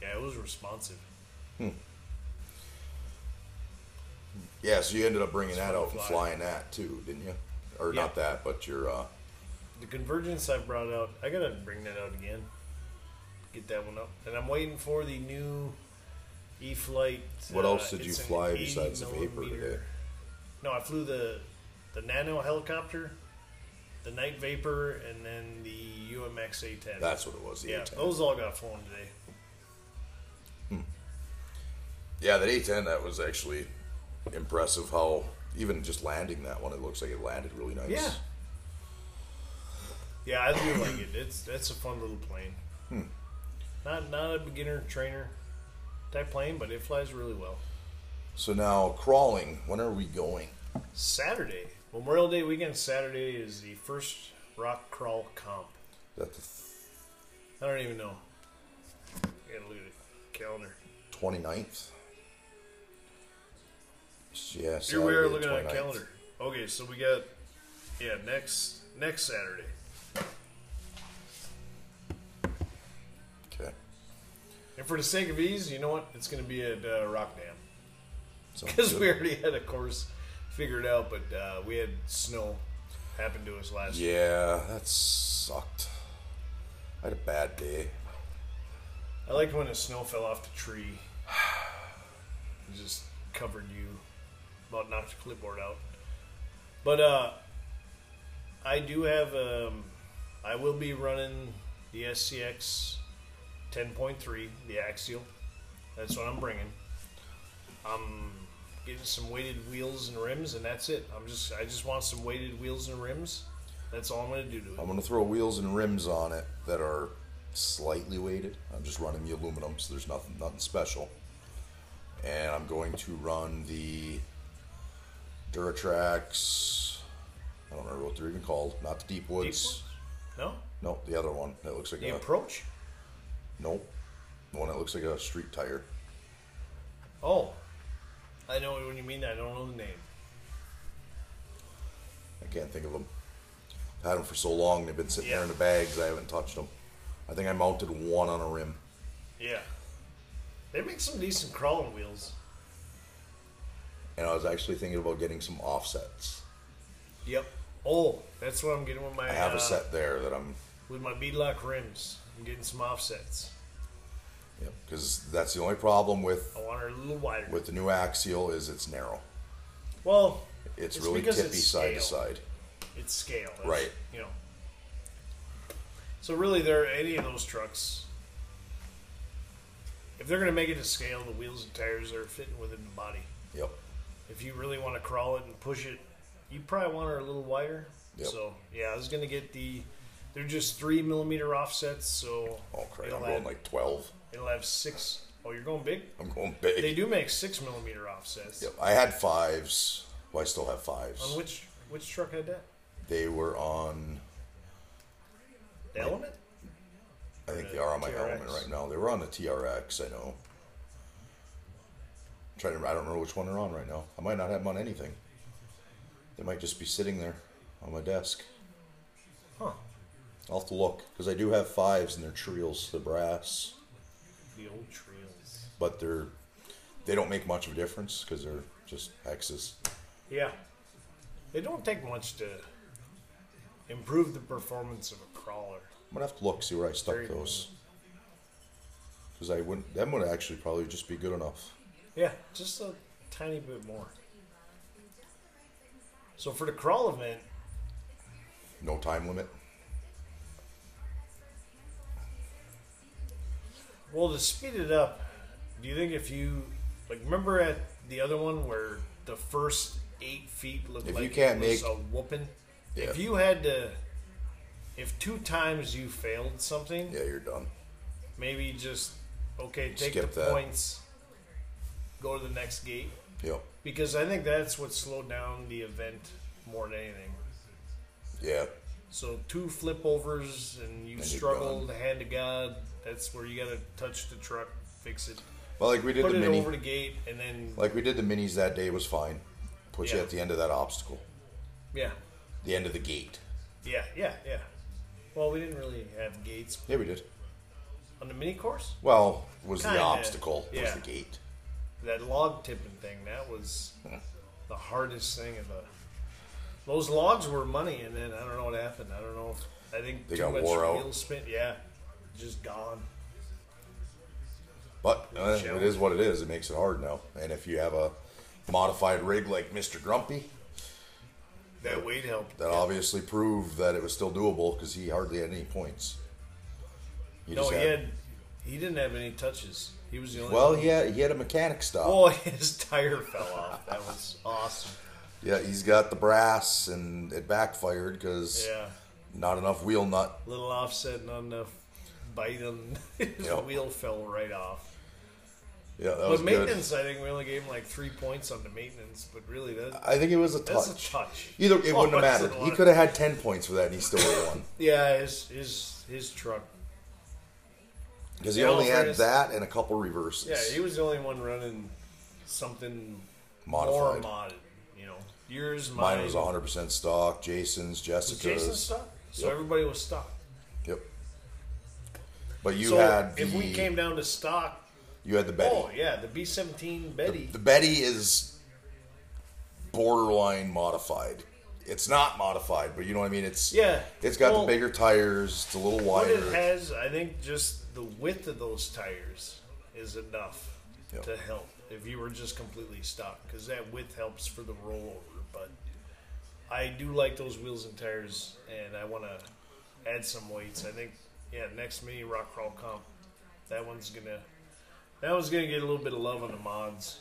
B: yeah, it was responsive.
A: Yeah, so you ended up bringing that
B: fun to
A: out and
B: fly.
A: flying that too, didn't you? Or
B: Yeah.
A: not that, but your uh,
B: The convergence I brought out, I gotta bring that out again. Get that one up, and I'm waiting for the new E flight.
A: What else did you
B: it's an
A: fly
B: 80
A: besides the Vapor
B: millimeter-
A: today?
B: No, I flew the the nano helicopter, the night vapor, and then the UMX A10.
A: That's what it was. The
B: yeah,
A: A10.
B: those all got flown today.
A: Yeah, that A10 that was actually impressive. How even just landing that one, it looks like it landed really nice.
B: Yeah. Yeah, I do like it. It's that's a fun little plane. Not not a beginner trainer type plane, but it flies really well.
A: So now crawling. When are we going?
B: Saturday, Memorial Day weekend. Saturday is the first rock crawl comp.
A: Is that the
B: I don't even know. I gotta look at the calendar.
A: 29th? Yeah.
B: Here we
A: Saturday,
B: are looking at a
A: 29th.
B: calendar. Okay, so we got yeah next next Saturday.
A: Okay.
B: And for the sake of ease, you know what? It's gonna be at uh, Rock Dam.
A: Sounds
B: because
A: good.
B: we already had a course figured out, but uh, we had snow happen to us last year.
A: Yeah, that sucked. I had a bad day.
B: I liked when the snow fell off the tree. It just covered you. About knocked the clipboard out. But uh, I do have. Um, I will be running the SCX 10.3, the axial. That's what I'm bringing. I'm getting some weighted wheels and rims, and that's it. I'm just. I just want some weighted wheels and rims. That's all I'm gonna do to it.
A: I'm gonna throw wheels and rims on it that are slightly weighted. I'm just running the aluminum, so there's nothing nothing special. And I'm going to run the Duratrax. I don't remember what they're even called. Not the Deep Woods.
B: Woods? No,
A: Nope, the other one that looks like
B: the
A: a
B: approach.
A: nope. The one that looks like a street tire.
B: Oh, I know what you mean. I don't know the name.
A: I can't think of them. I've had them for so long. They've been sitting there in the bags. I haven't touched them. I think I mounted one on a rim.
B: Yeah, they make some decent crawling wheels.
A: And I was actually thinking about getting some offsets.
B: Yep. Oh, that's what I'm getting with my
A: I have
B: uh,
A: a set there that I'm,
B: with my beadlock rims. I'm getting some offsets.
A: because that's the only problem with
B: I want her a little wider.
A: with the new axial is it's narrow.
B: well,
A: It's,
B: It's
A: really
B: because
A: tippy
B: it's
A: side to
B: scale.
A: side.
B: it's scale, That's-
A: Right.
B: You know. So really, there any of those trucks. If they're gonna make it to scale, the wheels and tires are fitting within the body.
A: Yep.
B: if you really want to crawl it and push it, you probably want her a little wider.
A: Yep.
B: So yeah, I was gonna get the. They're just three millimeter offsets, so
A: Oh crap!
B: it'll
A: I'm
B: have,
A: going like twelve.
B: it'll have six oh, you're going big.
A: I'm going big.
B: They do make six millimeter offsets.
A: Yep. I had fives. Well, I still have fives.
B: On which which truck had that?
A: They were on.
B: The Element.
A: I think they are on my
B: TRX.
A: element right now. They were on the TRX. I know. I'm trying to. I don't remember which one they're on right now. I might not have them on anything. They might just be sitting there on my desk.
B: Huh.
A: I'll have to look because I do have fives and they're trios, the brass,
B: The old trails.
A: but they're they don't make much of a difference because they're just hexes.
B: Yeah. They don't take much to improve the performance of a crawler.
A: I'm gonna have to look see where I stuck
B: Very
A: those because I wouldn't. That would actually probably just be good enough.
B: Yeah, just a tiny bit more. So for the crawl event,
A: No time limit.
B: Well, to speed it up, do you think if you like remember at the other one where the first eight feet looked
A: If
B: like
A: you can't
B: it was
A: make-
B: a whooping? If
A: Yeah.
B: you had to, if two times you failed something,
A: Yeah, you're done.
B: maybe just okay, take
A: Skip
B: the
A: that.
B: points, go to the next gate
A: Yep.
B: because I think that's what slowed down the event more than anything.
A: Yeah.
B: So two flip overs and you
A: you're
B: struggled hand to god. That's where you got to touch the truck, fix it.
A: Well, like we did
B: Put
A: the
B: it
A: mini.
B: over the gate and then
A: Like we did the minis that day was fine. Put you
B: Yeah.
A: at the end of that obstacle,
B: Yeah,
A: the end of the gate.
B: yeah, yeah, yeah. Well, we didn't really have gates
A: Yeah, we did.
B: on the mini course.
A: Well, was the
B: Kinda,
A: obstacle was
B: yeah.
A: the gate.
B: That log tipping thing that was the hardest thing of the. Those logs were money, and then I don't know what happened. I don't know. If, I think
A: They
B: too
A: got
B: much
A: wore out.
B: wheel spin. Yeah, just gone.
A: But uh, it
B: Challenge.
A: is what it is. It makes it hard now. And if you have a modified rig like Mr. Grumpy,
B: That weight helped.
A: that obviously proved that it was still doable because he hardly had any points. He
B: no,
A: just
B: he had. He didn't have any touches. He was the only.
A: Well,
B: one.
A: he had he had a mechanic stop.
B: Oh, his tire fell off. That was awesome.
A: Yeah, he's got the brass, and it backfired because
B: Yeah,
A: not enough wheel nut
B: little offset, not enough bite on. His
A: Yep.
B: wheel fell right off.
A: Yeah, that was
B: But
A: good.
B: maintenance, I think we only gave him like three points on the maintenance, but really that,
A: I think it was a
B: that's
A: touch.
B: a touch.
A: Uh, Either it
B: Oh,
A: wouldn't have
B: that's a
A: mattered. He
B: lot.
A: could have had ten points for that, and he still would have won
B: Yeah, his his his truck.
A: because he
B: In all
A: only had
B: fairness-
A: that and a couple reverses.
B: Yeah, he was the only one running something
A: modified.
B: more modded. You know, yours, mine,
A: Mine was 100 percent stock. Jason's, Jessica's.
B: Jason stock. So
A: Yep.
B: everybody was stock.
A: Yep. But you
B: so
A: had the
B: if we came down to stock,
A: you had the Betty.
B: oh yeah, the B seventeen Betty.
A: The Betty is borderline modified it's not modified, but you know what I mean. It's
B: Yeah.
A: It's got
B: Well,
A: the bigger tires. It's a little
B: What
A: wider.
B: it has, I think, just the width of those tires is enough
A: Yep.
B: to help if you were just completely stock, because that width helps for the rollover. But I do like those wheels and tires, and I want to add some weights. I think, yeah, next mini rock crawl comp, that one's gonna, that one's gonna get a little bit of love on the mods.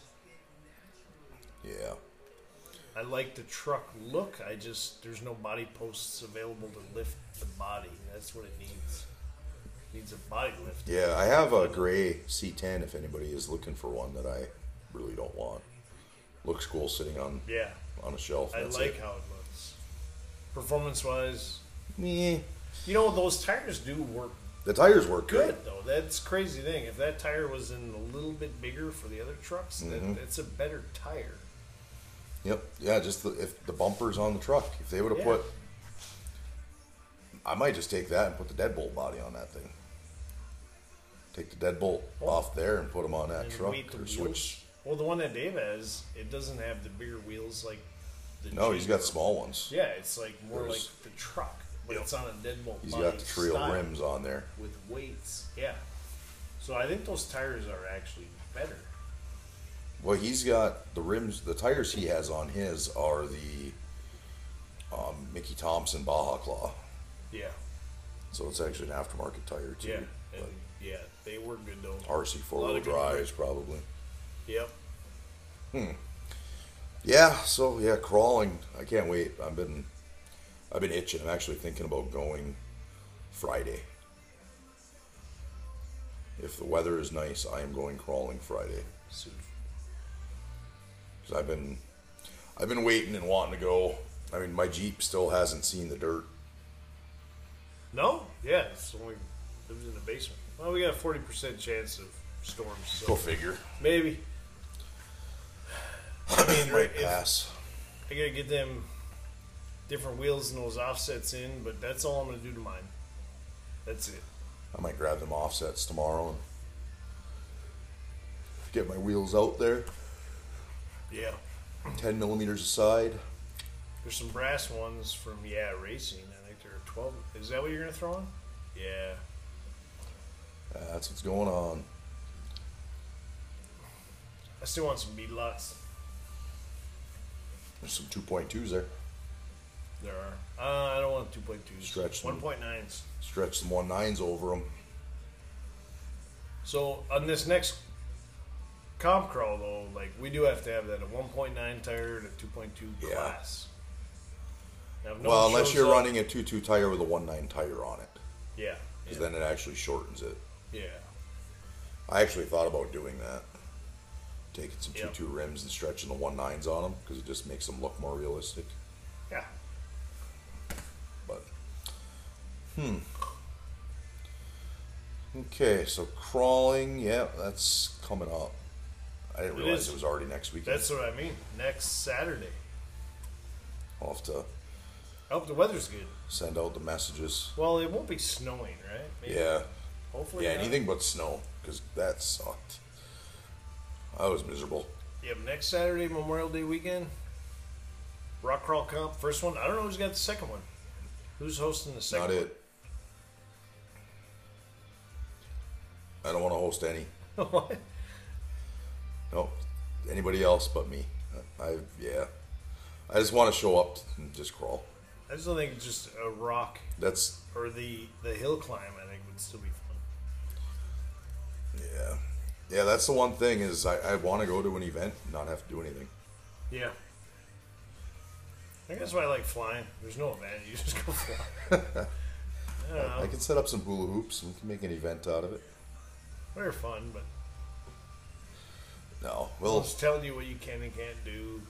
A: yeah.
B: I like the truck look. I just there's no body posts available to lift the body. That's what it needs. needs a body lift.
A: Yeah, I have a gray C10 if anybody is looking for one that I really don't want. Looks cool sitting on
B: Yeah,
A: on a shelf.
B: I
A: That's
B: like
A: it.
B: how it looks. Performance wise,
A: Meh.
B: you know those tires do work
A: The tires work
B: good
A: good.
B: though. That's crazy thing. If that tire was in a little bit bigger for the other trucks, then
A: Mm-hmm.
B: it's a better tire.
A: Yep. Yeah, just the, if the bumpers on the truck, if they would have
B: Yeah.
A: put I might just take that and put the deadbolt body on that thing. Take the deadbolt off there and put them on that
B: And
A: truck
B: weight the
A: or
B: wheels.
A: switch.
B: Well, the one that Dave has, it doesn't have the bigger wheels like the.
A: No, he's got
B: Jeep.
A: small ones.
B: Yeah, it's like more like
A: There's-
B: the truck, but
A: Yeah.
B: it's on a deadbolt.
A: He's
B: body
A: got the trail
B: style
A: rims on there.
B: with weights. Yeah. So I think those tires are actually better.
A: Well, he's got the rims, the tires he has on his are the um, Mickey Thompson Baja Claw.
B: Yeah.
A: So it's actually an aftermarket tire, too.
B: Yeah. And yeah, they were good though.
A: But RC four
B: Lot
A: wheel
B: of good
A: drives, probably.
B: Yep.
A: Yeah, so yeah, crawling. I can't wait. I've been, I've been itching. I'm actually thinking about going Friday. If the weather is nice, I am going crawling Friday.
B: So,
A: Cause I've been, I've been waiting and wanting to go. I mean, my Jeep still hasn't seen the dirt.
B: no? Yeah, it's only it was in the basement. Well, we got a forty percent chance of storms.
A: Go
B: So
A: figure.
B: maybe
A: I mean, right
B: if-
A: pass.
B: I gotta get them different wheels and those offsets in, but that's all I'm gonna do to mine. That's it.
A: I might grab them offsets tomorrow and get my wheels out there,
B: Yeah.
A: ten millimeters aside.
B: There's some brass ones from Yeah Racing. I think there are twelve. Is that what you're gonna throw in? Yeah.
A: Uh, That's what's going on.
B: I still want some bead lots.
A: There's some two point twos there.
B: There are. Uh, I don't want two point twos.
A: Stretch them.
B: One point nines.
A: Stretch some one nines over them.
B: So on this next comp crawl though, like we do have to have that a one point nine tire and a two point two
A: Yeah.
B: class. Now, if no
A: well,
B: one
A: unless
B: shows
A: you're
B: up-
A: running a two two tire with a one nine tire on it,
B: Yeah. Yeah.
A: because then it actually shortens it.
B: yeah.
A: I actually thought about doing that, taking some two
B: Yeah.
A: two rims and stretching the one nines on them because it just makes them look more realistic.
B: Yeah.
A: But hmm. Okay, so crawling, yeah, that's coming up. I didn't
B: It
A: realize
B: is.
A: it was already next weekend.
B: That's what I mean. Next Saturday.
A: I'll have to
B: I hope the weather's good.
A: send out the messages.
B: Well, it won't be snowing, right? Maybe.
A: Yeah,
B: Hopefully.
A: yeah,
B: not.
A: anything but snow because that sucked. I was miserable.
B: Yeah, but next Saturday, Memorial Day weekend. Rock crawl comp, first one. I don't know who's got the second one. Who's hosting the second
A: Not
B: one?
A: it. I don't want to host any.
B: What?
A: No, anybody else but me. I, I yeah. I just want to show up and just crawl.
B: I just don't think it's just a rock
A: That's
B: or the the hill climb. I think would still be fun.
A: yeah, yeah. That's the one thing is I, I want to go to an event, and not have to do anything.
B: Yeah. I think that's why I like flying. There's no event. You just go fly. I don't know.
A: I can set up some hula hoops and we can make an event out of it.
B: They're fun, but
A: No, well,
B: it's telling you what you can and can't do.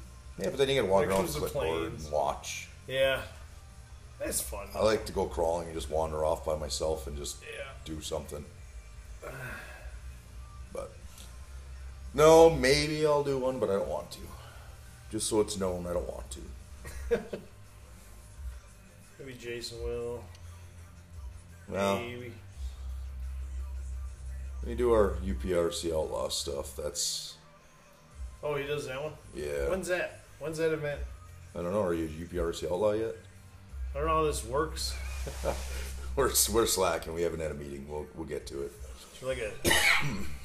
A: yeah, but then you can walk
B: There
A: around
B: comes
A: with a
B: the
A: clipboard
B: planes.
A: and watch.
B: Yeah. That's fun.
A: I like to go crawling and just wander off by myself and just
B: Yeah.
A: do something. But no, maybe I'll do one, but I don't want to. Just so it's known, I don't want to.
B: Maybe Jason will.
A: Well,
B: Maybe.
A: we do our UPRC Outlaw stuff. That's
B: Oh, he does that one?
A: yeah,
B: When's that? When's that event?
A: I don't know. Are you a UPRC outlaw yet?
B: I don't know how this works.
A: We're we're slacking. We haven't had a meeting. We'll we'll get to it.
B: Is there like a, is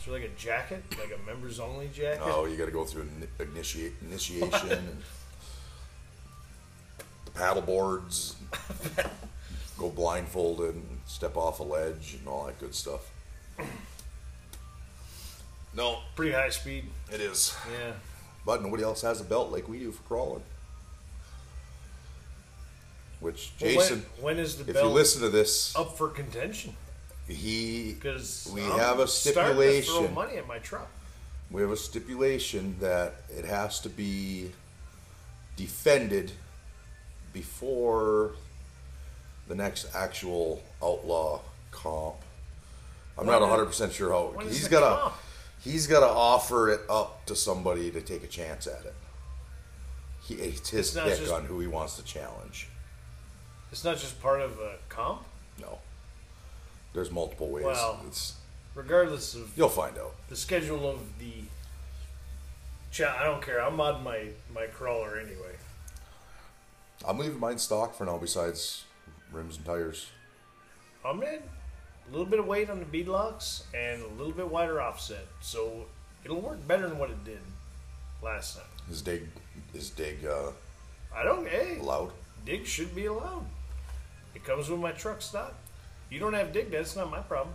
B: there like a jacket, like a members only jacket?
A: Oh, you got to go through an initiate initiation and the paddle boards. go blindfolded and step off a ledge and all that good stuff. No,
B: Pretty high speed.
A: it is.
B: Yeah.
A: But nobody else has a belt like we do for crawling. Which
B: Well,
A: Jason,
B: when, when is the
A: if you
B: belt Oh.
A: listen to this,
B: up for contention?
A: he
B: Because
A: we have a
B: Throw
A: stipulation.
B: money at my truck.
A: We have a stipulation that it has to be defended before the next actual outlaw comp. I'm not
B: When-
A: 100 percent sure how
B: when is
A: he's
B: the
A: got to
B: comp?
A: he's got to offer it up to somebody to take a chance at it. He, it's his
B: It's not
A: pick
B: just-
A: on who he wants to challenge.
B: It's not just part of a comp.
A: No, there's multiple ways.
B: Well-
A: it's
B: Regardless of
A: you'll find out.
B: the schedule of the. Cha- I don't care. I'm on my my crawler anyway.
A: I'm leaving mine stock for now. Besides rims and tires.
B: I'm in. A little bit of weight on the beadlocks and a little bit wider offset, so it'll work better than what it did last time.
A: Is Dig is Dig uh,
B: I don't. Hey,
A: loud?
B: dig should be allowed. It comes with my truck stock. You don't have dig, that's not my problem.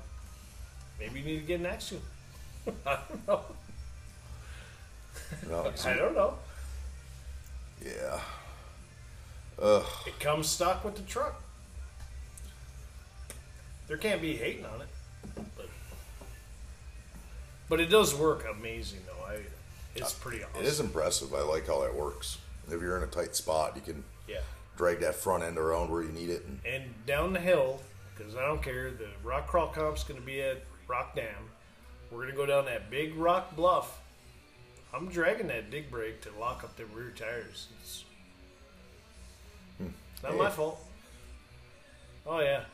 B: Maybe you need to get an action. I don't know.
A: No,
B: I don't know.
A: yeah.
B: It comes stock with the truck. There can't be hating on it, but but it does work amazing though. I it's pretty awesome.
A: Uh, It is impressive. I like how that works. If you're in a tight spot, you can
B: Yeah.
A: drag that front end around where you need it. And
B: and down the hill because I don't care. The rock crawl comp's going to be at Rock Dam. We're going to go down that big rock bluff. I'm dragging that dig brake to lock up the rear tires. It's not my
A: Hey.
B: fault. Oh yeah,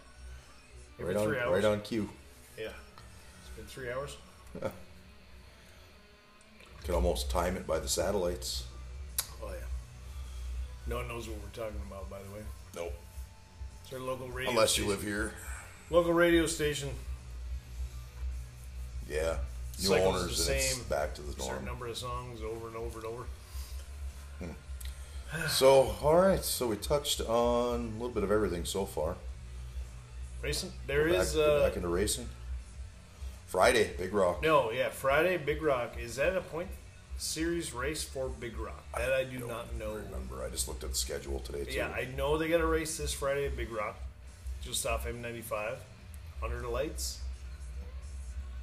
B: every
A: right on,
B: three hours.
A: right on cue.
B: Yeah, it's been three hours.
A: Can almost time it by the satellites.
B: Oh yeah. No one knows what we're talking about, by the way.
A: Nope.
B: It's our local radio.
A: Unless you
B: station.
A: live here.
B: Local radio station.
A: Yeah. New
B: Cycle's
A: owners
B: the
A: and it's
B: same.
A: back to the
B: Certain
A: norm.
B: number of songs over and over and over.
A: So all right. So we touched on a little bit of everything so far.
B: Racing. There
A: back,
B: is.
A: go
B: uh,
A: back into racing. Friday, Big Rock.
B: No, yeah, Friday, Big Rock. Is that a point series race for Big Rock? That I do not know.
A: Remember, I just looked at the schedule today too.
B: Yeah, I know they got a race this Friday at Big Rock, just off M95, under the lights.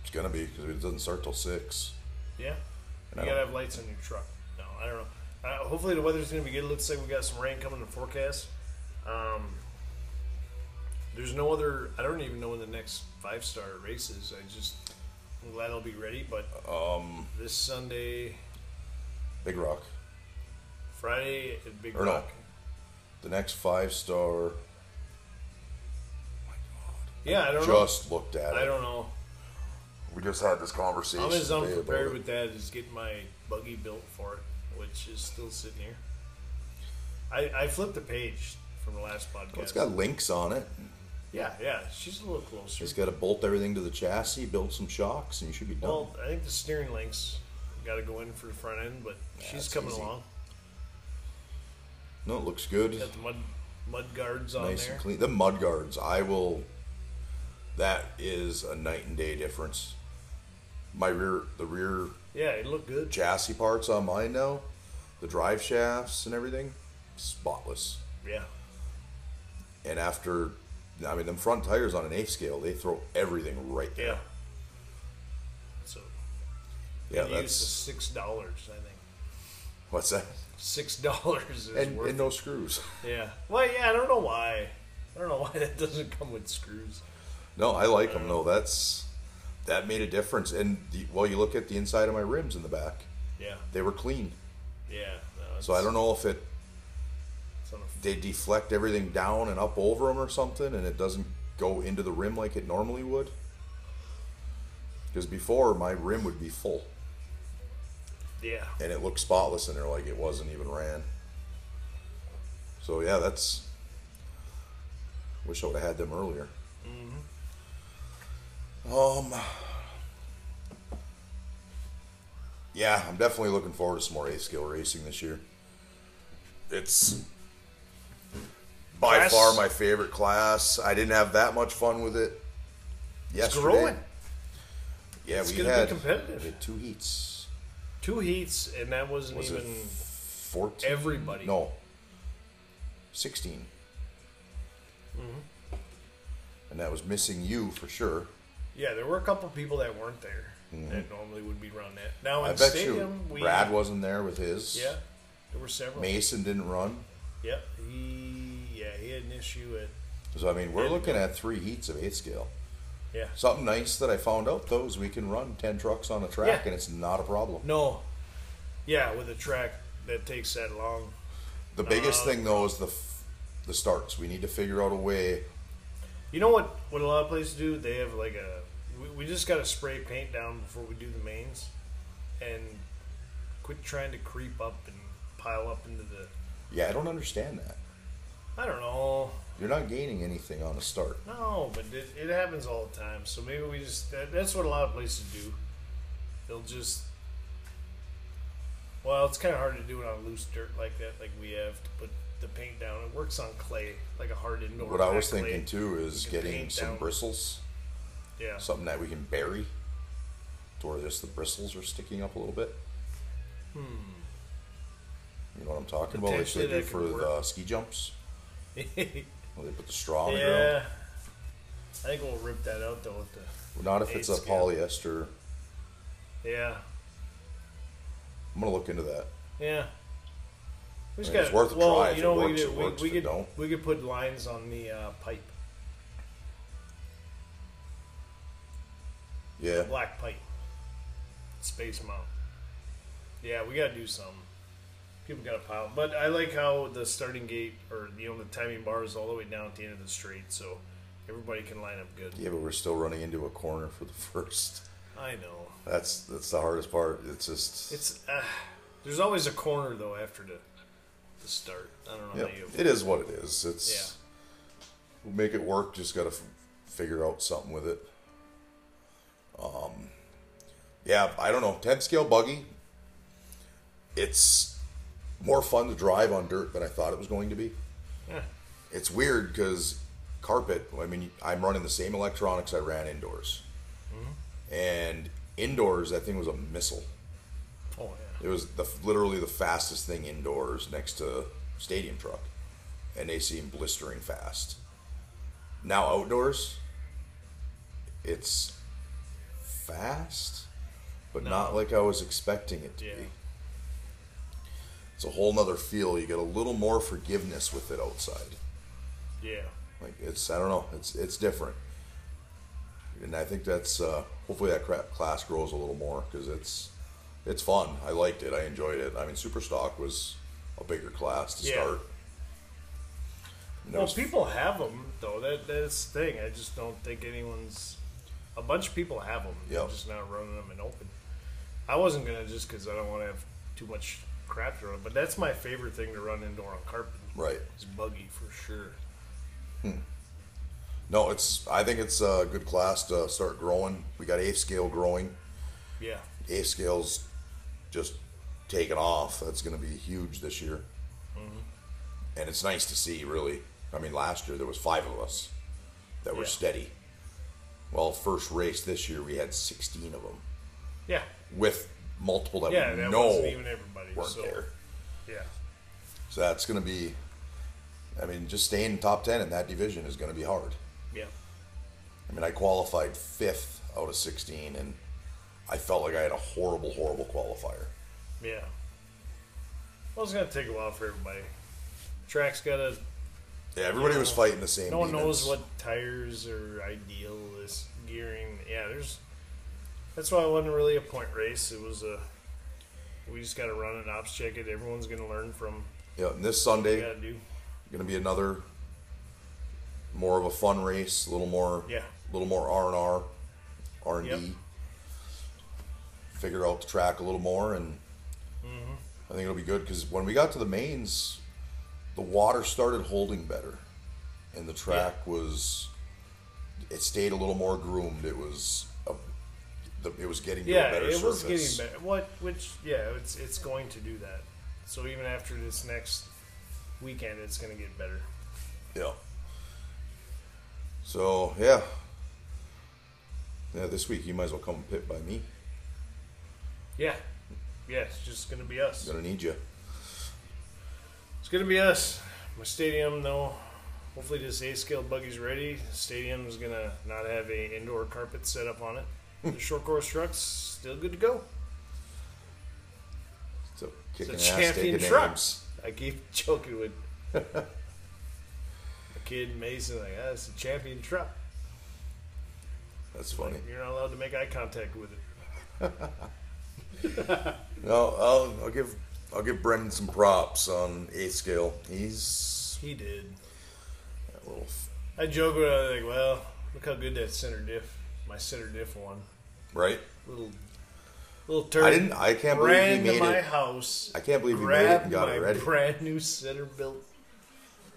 A: it's gonna be because it doesn't start till six.
B: Yeah, you
A: I
B: gotta
A: don't-
B: have lights on your truck. No, I don't know. Uh, hopefully the weather's gonna be good. Looks like we got some rain coming in the forecast. Um, there's no other. I don't even know when the next five star race is. I just I'm glad I'll be ready. But um, this Sunday,
A: Big Rock.
B: Friday at Big
A: Or no.
B: Rock.
A: The next five star.
B: Yeah, I don't know.
A: just looked at it.
B: I don't know.
A: we just had this conversation.
B: I'm as
A: today about
B: unprepared
A: it.
B: with that as getting my buggy built for it, which is still sitting here. I, I flipped the page from the last podcast.
A: Well, Oh, it's got links on it.
B: yeah, yeah. She's a little closer.
A: It's got to bolt everything to the chassis, build some shocks, and you should be done.
B: Well, I think the steering links got to go in for the front end, but she's
A: it's
B: coming
A: easy.
B: along.
A: no, it looks good.
B: Got the mud mud guards on
A: Nice
B: there.
A: and clean. The mud guards, I will. That is a night and day difference. My rear, the rear
B: Yeah, it looked good.
A: chassis parts on mine now, the drive shafts and everything, spotless.
B: Yeah,
A: And after, I mean, them front tires on an eighth scale, they throw everything right there.
B: yeah. So
A: Yeah,
B: it used
A: that's
B: six dollars, I think.
A: what's that?
B: Six dollars is
A: And,
B: worth
A: and no screws.
B: Yeah. Well, yeah, I don't know why. I don't know why that doesn't come with screws.
A: No, I like them. No, that's that made a difference. And the, well, you look at the inside of my rims in the back;
B: Yeah.
A: they were clean.
B: Yeah. No,
A: So I don't know if it
B: it's on a-
A: they deflect everything down and up over them or something, and it doesn't go into the rim like it normally would. Because before my rim would be full,
B: yeah.
A: and it looked spotless in there, like it wasn't even ran. So yeah, that's. Wish I would have had them earlier.
B: Mm-hmm.
A: Um. Yeah, I'm definitely looking forward to some more A scale racing this year. It's by
B: Class-
A: far my favorite class. I didn't have that much fun with it. Yesterday.
B: growing.
A: Yeah,
B: It's
A: we
B: gonna be
A: had,
B: competitive.
A: we had two heats.
B: Two heats, and that wasn't
A: Was
B: even.
A: it 14?
B: everybody.
A: No. 16.
B: Mm-hmm.
A: And that was missing you for sure.
B: Yeah, there were a couple people that weren't there that normally would be run that. Now
A: Mm-hmm. I
B: in
A: bet
B: stadium,
A: you
B: we
A: Brad wasn't there with his.
B: yeah, there were several.
A: Mason didn't run.
B: Yep, he yeah he had an issue at
A: So I mean, we're
B: Didn't
A: looking at three heats of eight scale.
B: yeah
A: Something nice that I found out though is we can run ten trucks on a track and
B: Yeah.
A: it's not a problem.
B: no yeah with a track that takes that long.
A: The
B: Uh,
A: biggest thing though is the f- the starts. We need to figure out a way.
B: You know what? What a lot of places do, they have like a. We, we just got to spray paint down before we do the mains, and quit trying to creep up and pile up into the.
A: Yeah, I don't understand that.
B: I don't know.
A: You're not gaining anything on a start.
B: No, but it, it happens all the time. So maybe we just that, that's what a lot of places do. They'll just well, it's kind of hard to do it on loose dirt like that. Like we have to put the paint down. It works on clay, like a hard indoor.
A: What I was
B: packed
A: thinking
B: clay.
A: too is
B: You can
A: getting
B: paint
A: some
B: down.
A: bristles,
B: Yeah,
A: something that we can bury, to where just the bristles are sticking up a little bit. Hmm. You know what I'm talking about? Like
B: Potentially
A: they do
B: that
A: for
B: could
A: the
B: work.
A: ski jumps.
B: yeah.
A: Where they put the straw on the ground.
B: I think we'll rip that out though. With
A: Not if it's a
B: Eight scale.
A: polyester.
B: the yeah,
A: I'm gonna look into that.
B: yeah. We
A: I mean, it's
B: gotta-
A: worth a try. If it works,
B: could-
A: it works.
B: we
A: If it
B: could
A: don't-
B: we could put lines on the uh, pipe,
A: Yeah,
B: black pipe, space mount. Yeah, we gotta do something. People gotta pile, but I like how the starting gate or you know the timing bar is all the way down at the end of the straight, so everybody can line up good.
A: yeah, but we're still running into a corner for the first.
B: I know
A: That's that's the hardest part. It's just
B: it's uh, there's always a corner though after the the start. I don't know
A: yeah,
B: how you.
A: it is what it is. It's we'll make it work. Just gotta f- figure out something with it. Um, yeah, I don't know. Ten scale buggy. It's more fun to drive on dirt than I thought it was going to be.
B: yeah.
A: It's weird because carpet. I mean, I'm running the same electronics I ran indoors, and indoors that thing was a missile.
B: Oh yeah.
A: It was the, literally the fastest thing indoors next to stadium truck, and they seem blistering fast. Now outdoors, it's fast, but not
B: No.
A: like I was expecting it to
B: Yeah.
A: be. It's a whole nother feel. You get a little more forgiveness with it outside.
B: Yeah.
A: Like it's I don't know. It's it's different, and I think that's uh, hopefully that cra- class grows a little more because it's it's fun. I liked it. I enjoyed it. I mean, Super Stock was a bigger class to
B: Yeah.
A: start. And that
B: Well,
A: was-
B: people have them though. That that's the thing. I just don't think anyone's. A bunch of people have them. They're
A: Yep.
B: just not running them in open. I wasn't gonna just because I don't want to have too much crap to run. But that's my favorite thing to run indoor on carpet.
A: right.
B: It's buggy for sure.
A: No, it's I think it's a good class to start growing. We got A scale growing.
B: Yeah.
A: A scales just taking off. That's going to be huge this year.
B: Mm-hmm.
A: And it's nice to see, really. I mean, last year there was five of us that were
B: Yeah.
A: steady. Well, first race this year we had 16 of them
B: Yeah.
A: with multiple that
B: Yeah.
A: we
B: That
A: know
B: wasn't even everybody.
A: weren't
B: so
A: there.
B: yeah.
A: So that's going to be, I mean, just staying top 10 in that division is going to be hard.
B: Yeah.
A: I mean, I qualified fifth out of 16, and I felt like I had a horrible, horrible qualifier.
B: Yeah. Well, it's gonna take a while for everybody. Track's gotta.
A: Yeah, everybody was fighting the same.
B: No one knows
A: demons.
B: what tires are ideal. This gearing, yeah. There's. That's why it wasn't really a point race. It was a. We just got to run and ops check it. Everyone's gonna learn from.
A: Yeah, and this
B: We
A: Sunday
B: gotta do.
A: gonna be another more of a fun race, a little more
B: Yeah.
A: a little more R and R, R and
B: Yep.
A: D. Figure out the
B: Mm-hmm.
A: track a little more, and I think it'll be good because when we got to the mains, the water started holding better, and the track was it stayed a little more groomed. It was a, the, it was getting to
B: Yeah,
A: a better
B: it was
A: surface.
B: getting better. What? Which? Yeah, it's it's going to do that. So even after this next weekend, it's going to get better.
A: Yeah. So yeah. Yeah, this week you might as well come pit by me.
B: Yeah, yeah. It's just going to be us.
A: Gonna need you.
B: It's going to be us. My stadium, though. Hopefully, this A scale buggy's ready. The stadium is going to not have a indoor carpet set up on it. the short course trucks still good to go.
A: So kicking
B: It's a
A: ass,
B: champion
A: taking
B: truck.
A: names.
B: I keep joking with the kid Mason, like, ah, it's a champion truck.
A: That's funny.
B: You're not allowed to make eye contact with it.
A: No, I'll, I'll give I'll give Brendan some props on eighth scale. He's
B: He did.
A: a little. f-
B: I joke with him, like, well, look how good that center diff, my center diff one.
A: Right?
B: Little, little turn.
A: I didn't. I can't believe
B: ran
A: he
B: to
A: made
B: my
A: it.
B: house.
A: I can't believe he made it
B: grabbed
A: and got
B: my
A: it ready.
B: brand new center built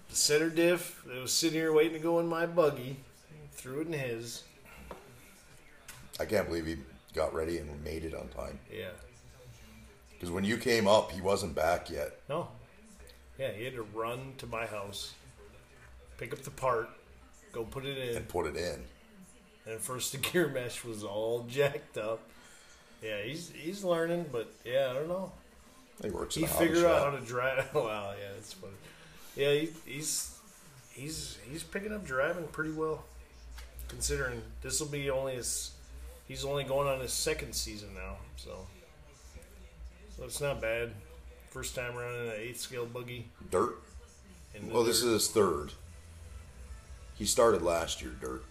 B: center diff that was sitting here waiting to go in my buggy. Threw it in his.
A: I can't believe he got ready and made it on time.
B: Yeah.
A: Because when you came up, he wasn't back yet.
B: No. Yeah, he had to run to my house, pick up the part, go put it in,
A: and put it in.
B: and first the gear mesh was all jacked up. Yeah, he's he's learning, but yeah, I don't know.
A: He works. in
B: He
A: a hobby
B: figured out
A: shop.
B: how to drive. wow, yeah, that's funny. Yeah, he, he's he's he's picking up driving pretty well, considering this will be only his. He's only going on his second season now, so so it's not bad. First time running an eighth scale buggy.
A: dirt.
B: And
A: Well, this is his third. He started last year dirt.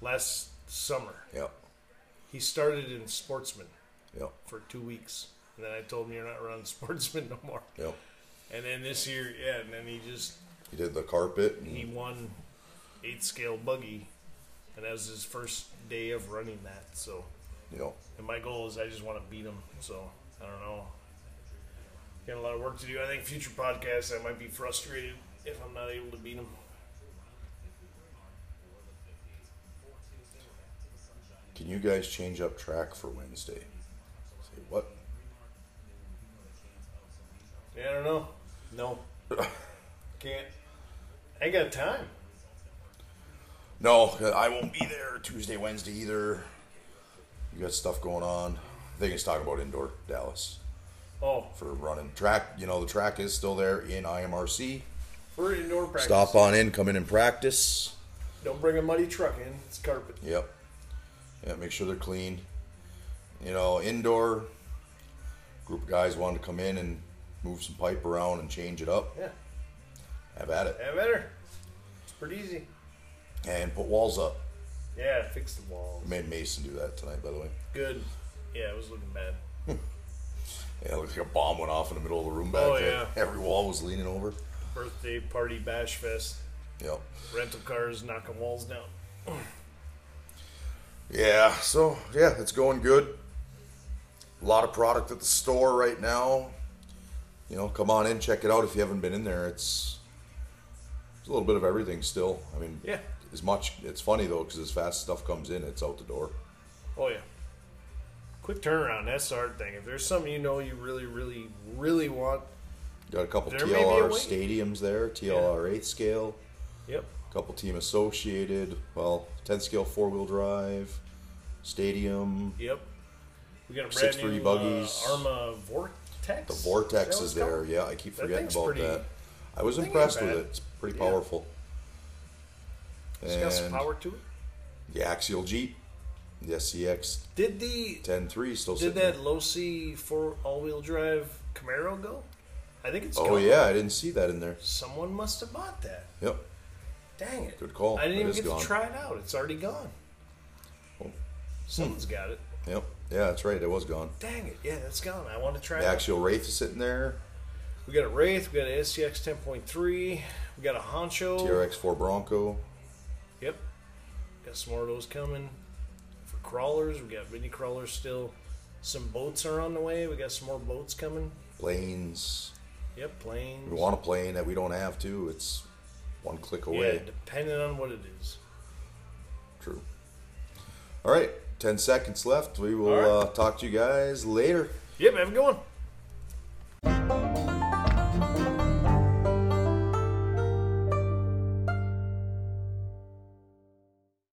B: last summer.
A: Yep.
B: He started in Sportsman
A: Yep.
B: for two weeks, and then I told him you're not running Sportsman no more.
A: Yep.
B: And then this year, yeah, and then he just
A: He did the carpet. And
B: he won eight scale buggy, and that was his first day of running that. So,
A: Yep.
B: and my goal is I just want to beat him. So I don't know. Got a lot of work to do. I think future podcasts I might be frustrated if I'm not able to beat him.
A: Can you guys change up track for Wednesday? Say what?
B: Yeah, I don't know. No, can't. I ain't got time.
A: No, 'cause I won't be there Tuesday, Wednesday either. You got stuff going on. I think he's talking about indoor Dallas
B: Oh,
A: for running track. You know the track is still there in IMRC.
B: we're indoor practice.
A: Stop on in, come in and practice.
B: Don't bring a muddy truck in. It's carpet.
A: Yep. Yeah, make sure they're clean. You know, indoor group of guys wanted to come in and move some pipe around and change it up.
B: Yeah,
A: Have at it.
B: that better. It's pretty easy.
A: And put walls up.
B: Yeah, fix the wall.
A: I made Mason do that tonight, by the way.
B: Good. Yeah, it was looking bad.
A: Yeah, it looks like a bomb went off in the middle of the room back
B: Oh,
A: there.
B: yeah.
A: Every wall was leaning over.
B: Birthday party bash fest.
A: Yep.
B: Rental cars knocking walls down.
A: Yeah, so yeah, it's going good. A lot of product at the store right now. You know, come on in, check it out if you haven't been in there. It's, it's a little bit of everything still. I mean,
B: Yeah.
A: as much. It's funny though, because as fast stuff comes in, it's out the door.
B: Oh yeah. Quick turnaround. That's the hard thing. If there's something you know you really, really, really want.
A: Got a couple
B: There may be a
A: TLR
B: way.
A: stadiums there, TLR eight scale,
B: Yep.
A: a couple team associated. Well, ten scale four wheel drive, stadium.
B: Yep. We got a brand
A: 630
B: new
A: buggies.
B: Uh, Arma Vortex.
A: The
B: that
A: vortex
B: what
A: is
B: it's called?
A: there. Yeah, I keep
B: That
A: forgetting
B: thing's
A: about
B: pretty-
A: that. I was
B: that thing ain't
A: impressed with
B: bad.
A: it. It's pretty
B: Yeah.
A: powerful.
B: It's got some
A: And-
B: power to it.
A: the axial Jeep, the SCX
B: Did the
A: 103 still sitting
B: did that
A: there.
B: Losi four all wheel drive Camaro go? I think it's
A: Oh
B: gone.
A: yeah, I didn't see that in there.
B: Someone must have bought that.
A: Yep.
B: Dang it.
A: Good call.
B: I didn't
A: It
B: even
A: is
B: get
A: gone. Hmm.
B: to try it out. It's already gone.
A: Oh.
B: Someone's got it.
A: Yep. Yeah, that's right. It was gone.
B: Dang it. Yeah, that's gone. I want to try
A: The
B: it. out.
A: axial Wraith is sitting there.
B: We got a Wraith. We got a SCX 10.3. We got a Honcho.
A: TRX4 Bronco.
B: Yep. Got some more of those coming. For crawlers, we got mini crawlers still. Some boats are on the way. We got some more boats coming.
A: Planes.
B: Yep, planes.
A: We want a plane that we don't have to. It's one click
B: yeah,
A: away.
B: depending on what it is.
A: True. All right, 10 seconds left. We will
B: All right.
A: uh, talk to you guys later.
B: Yep, have a good one.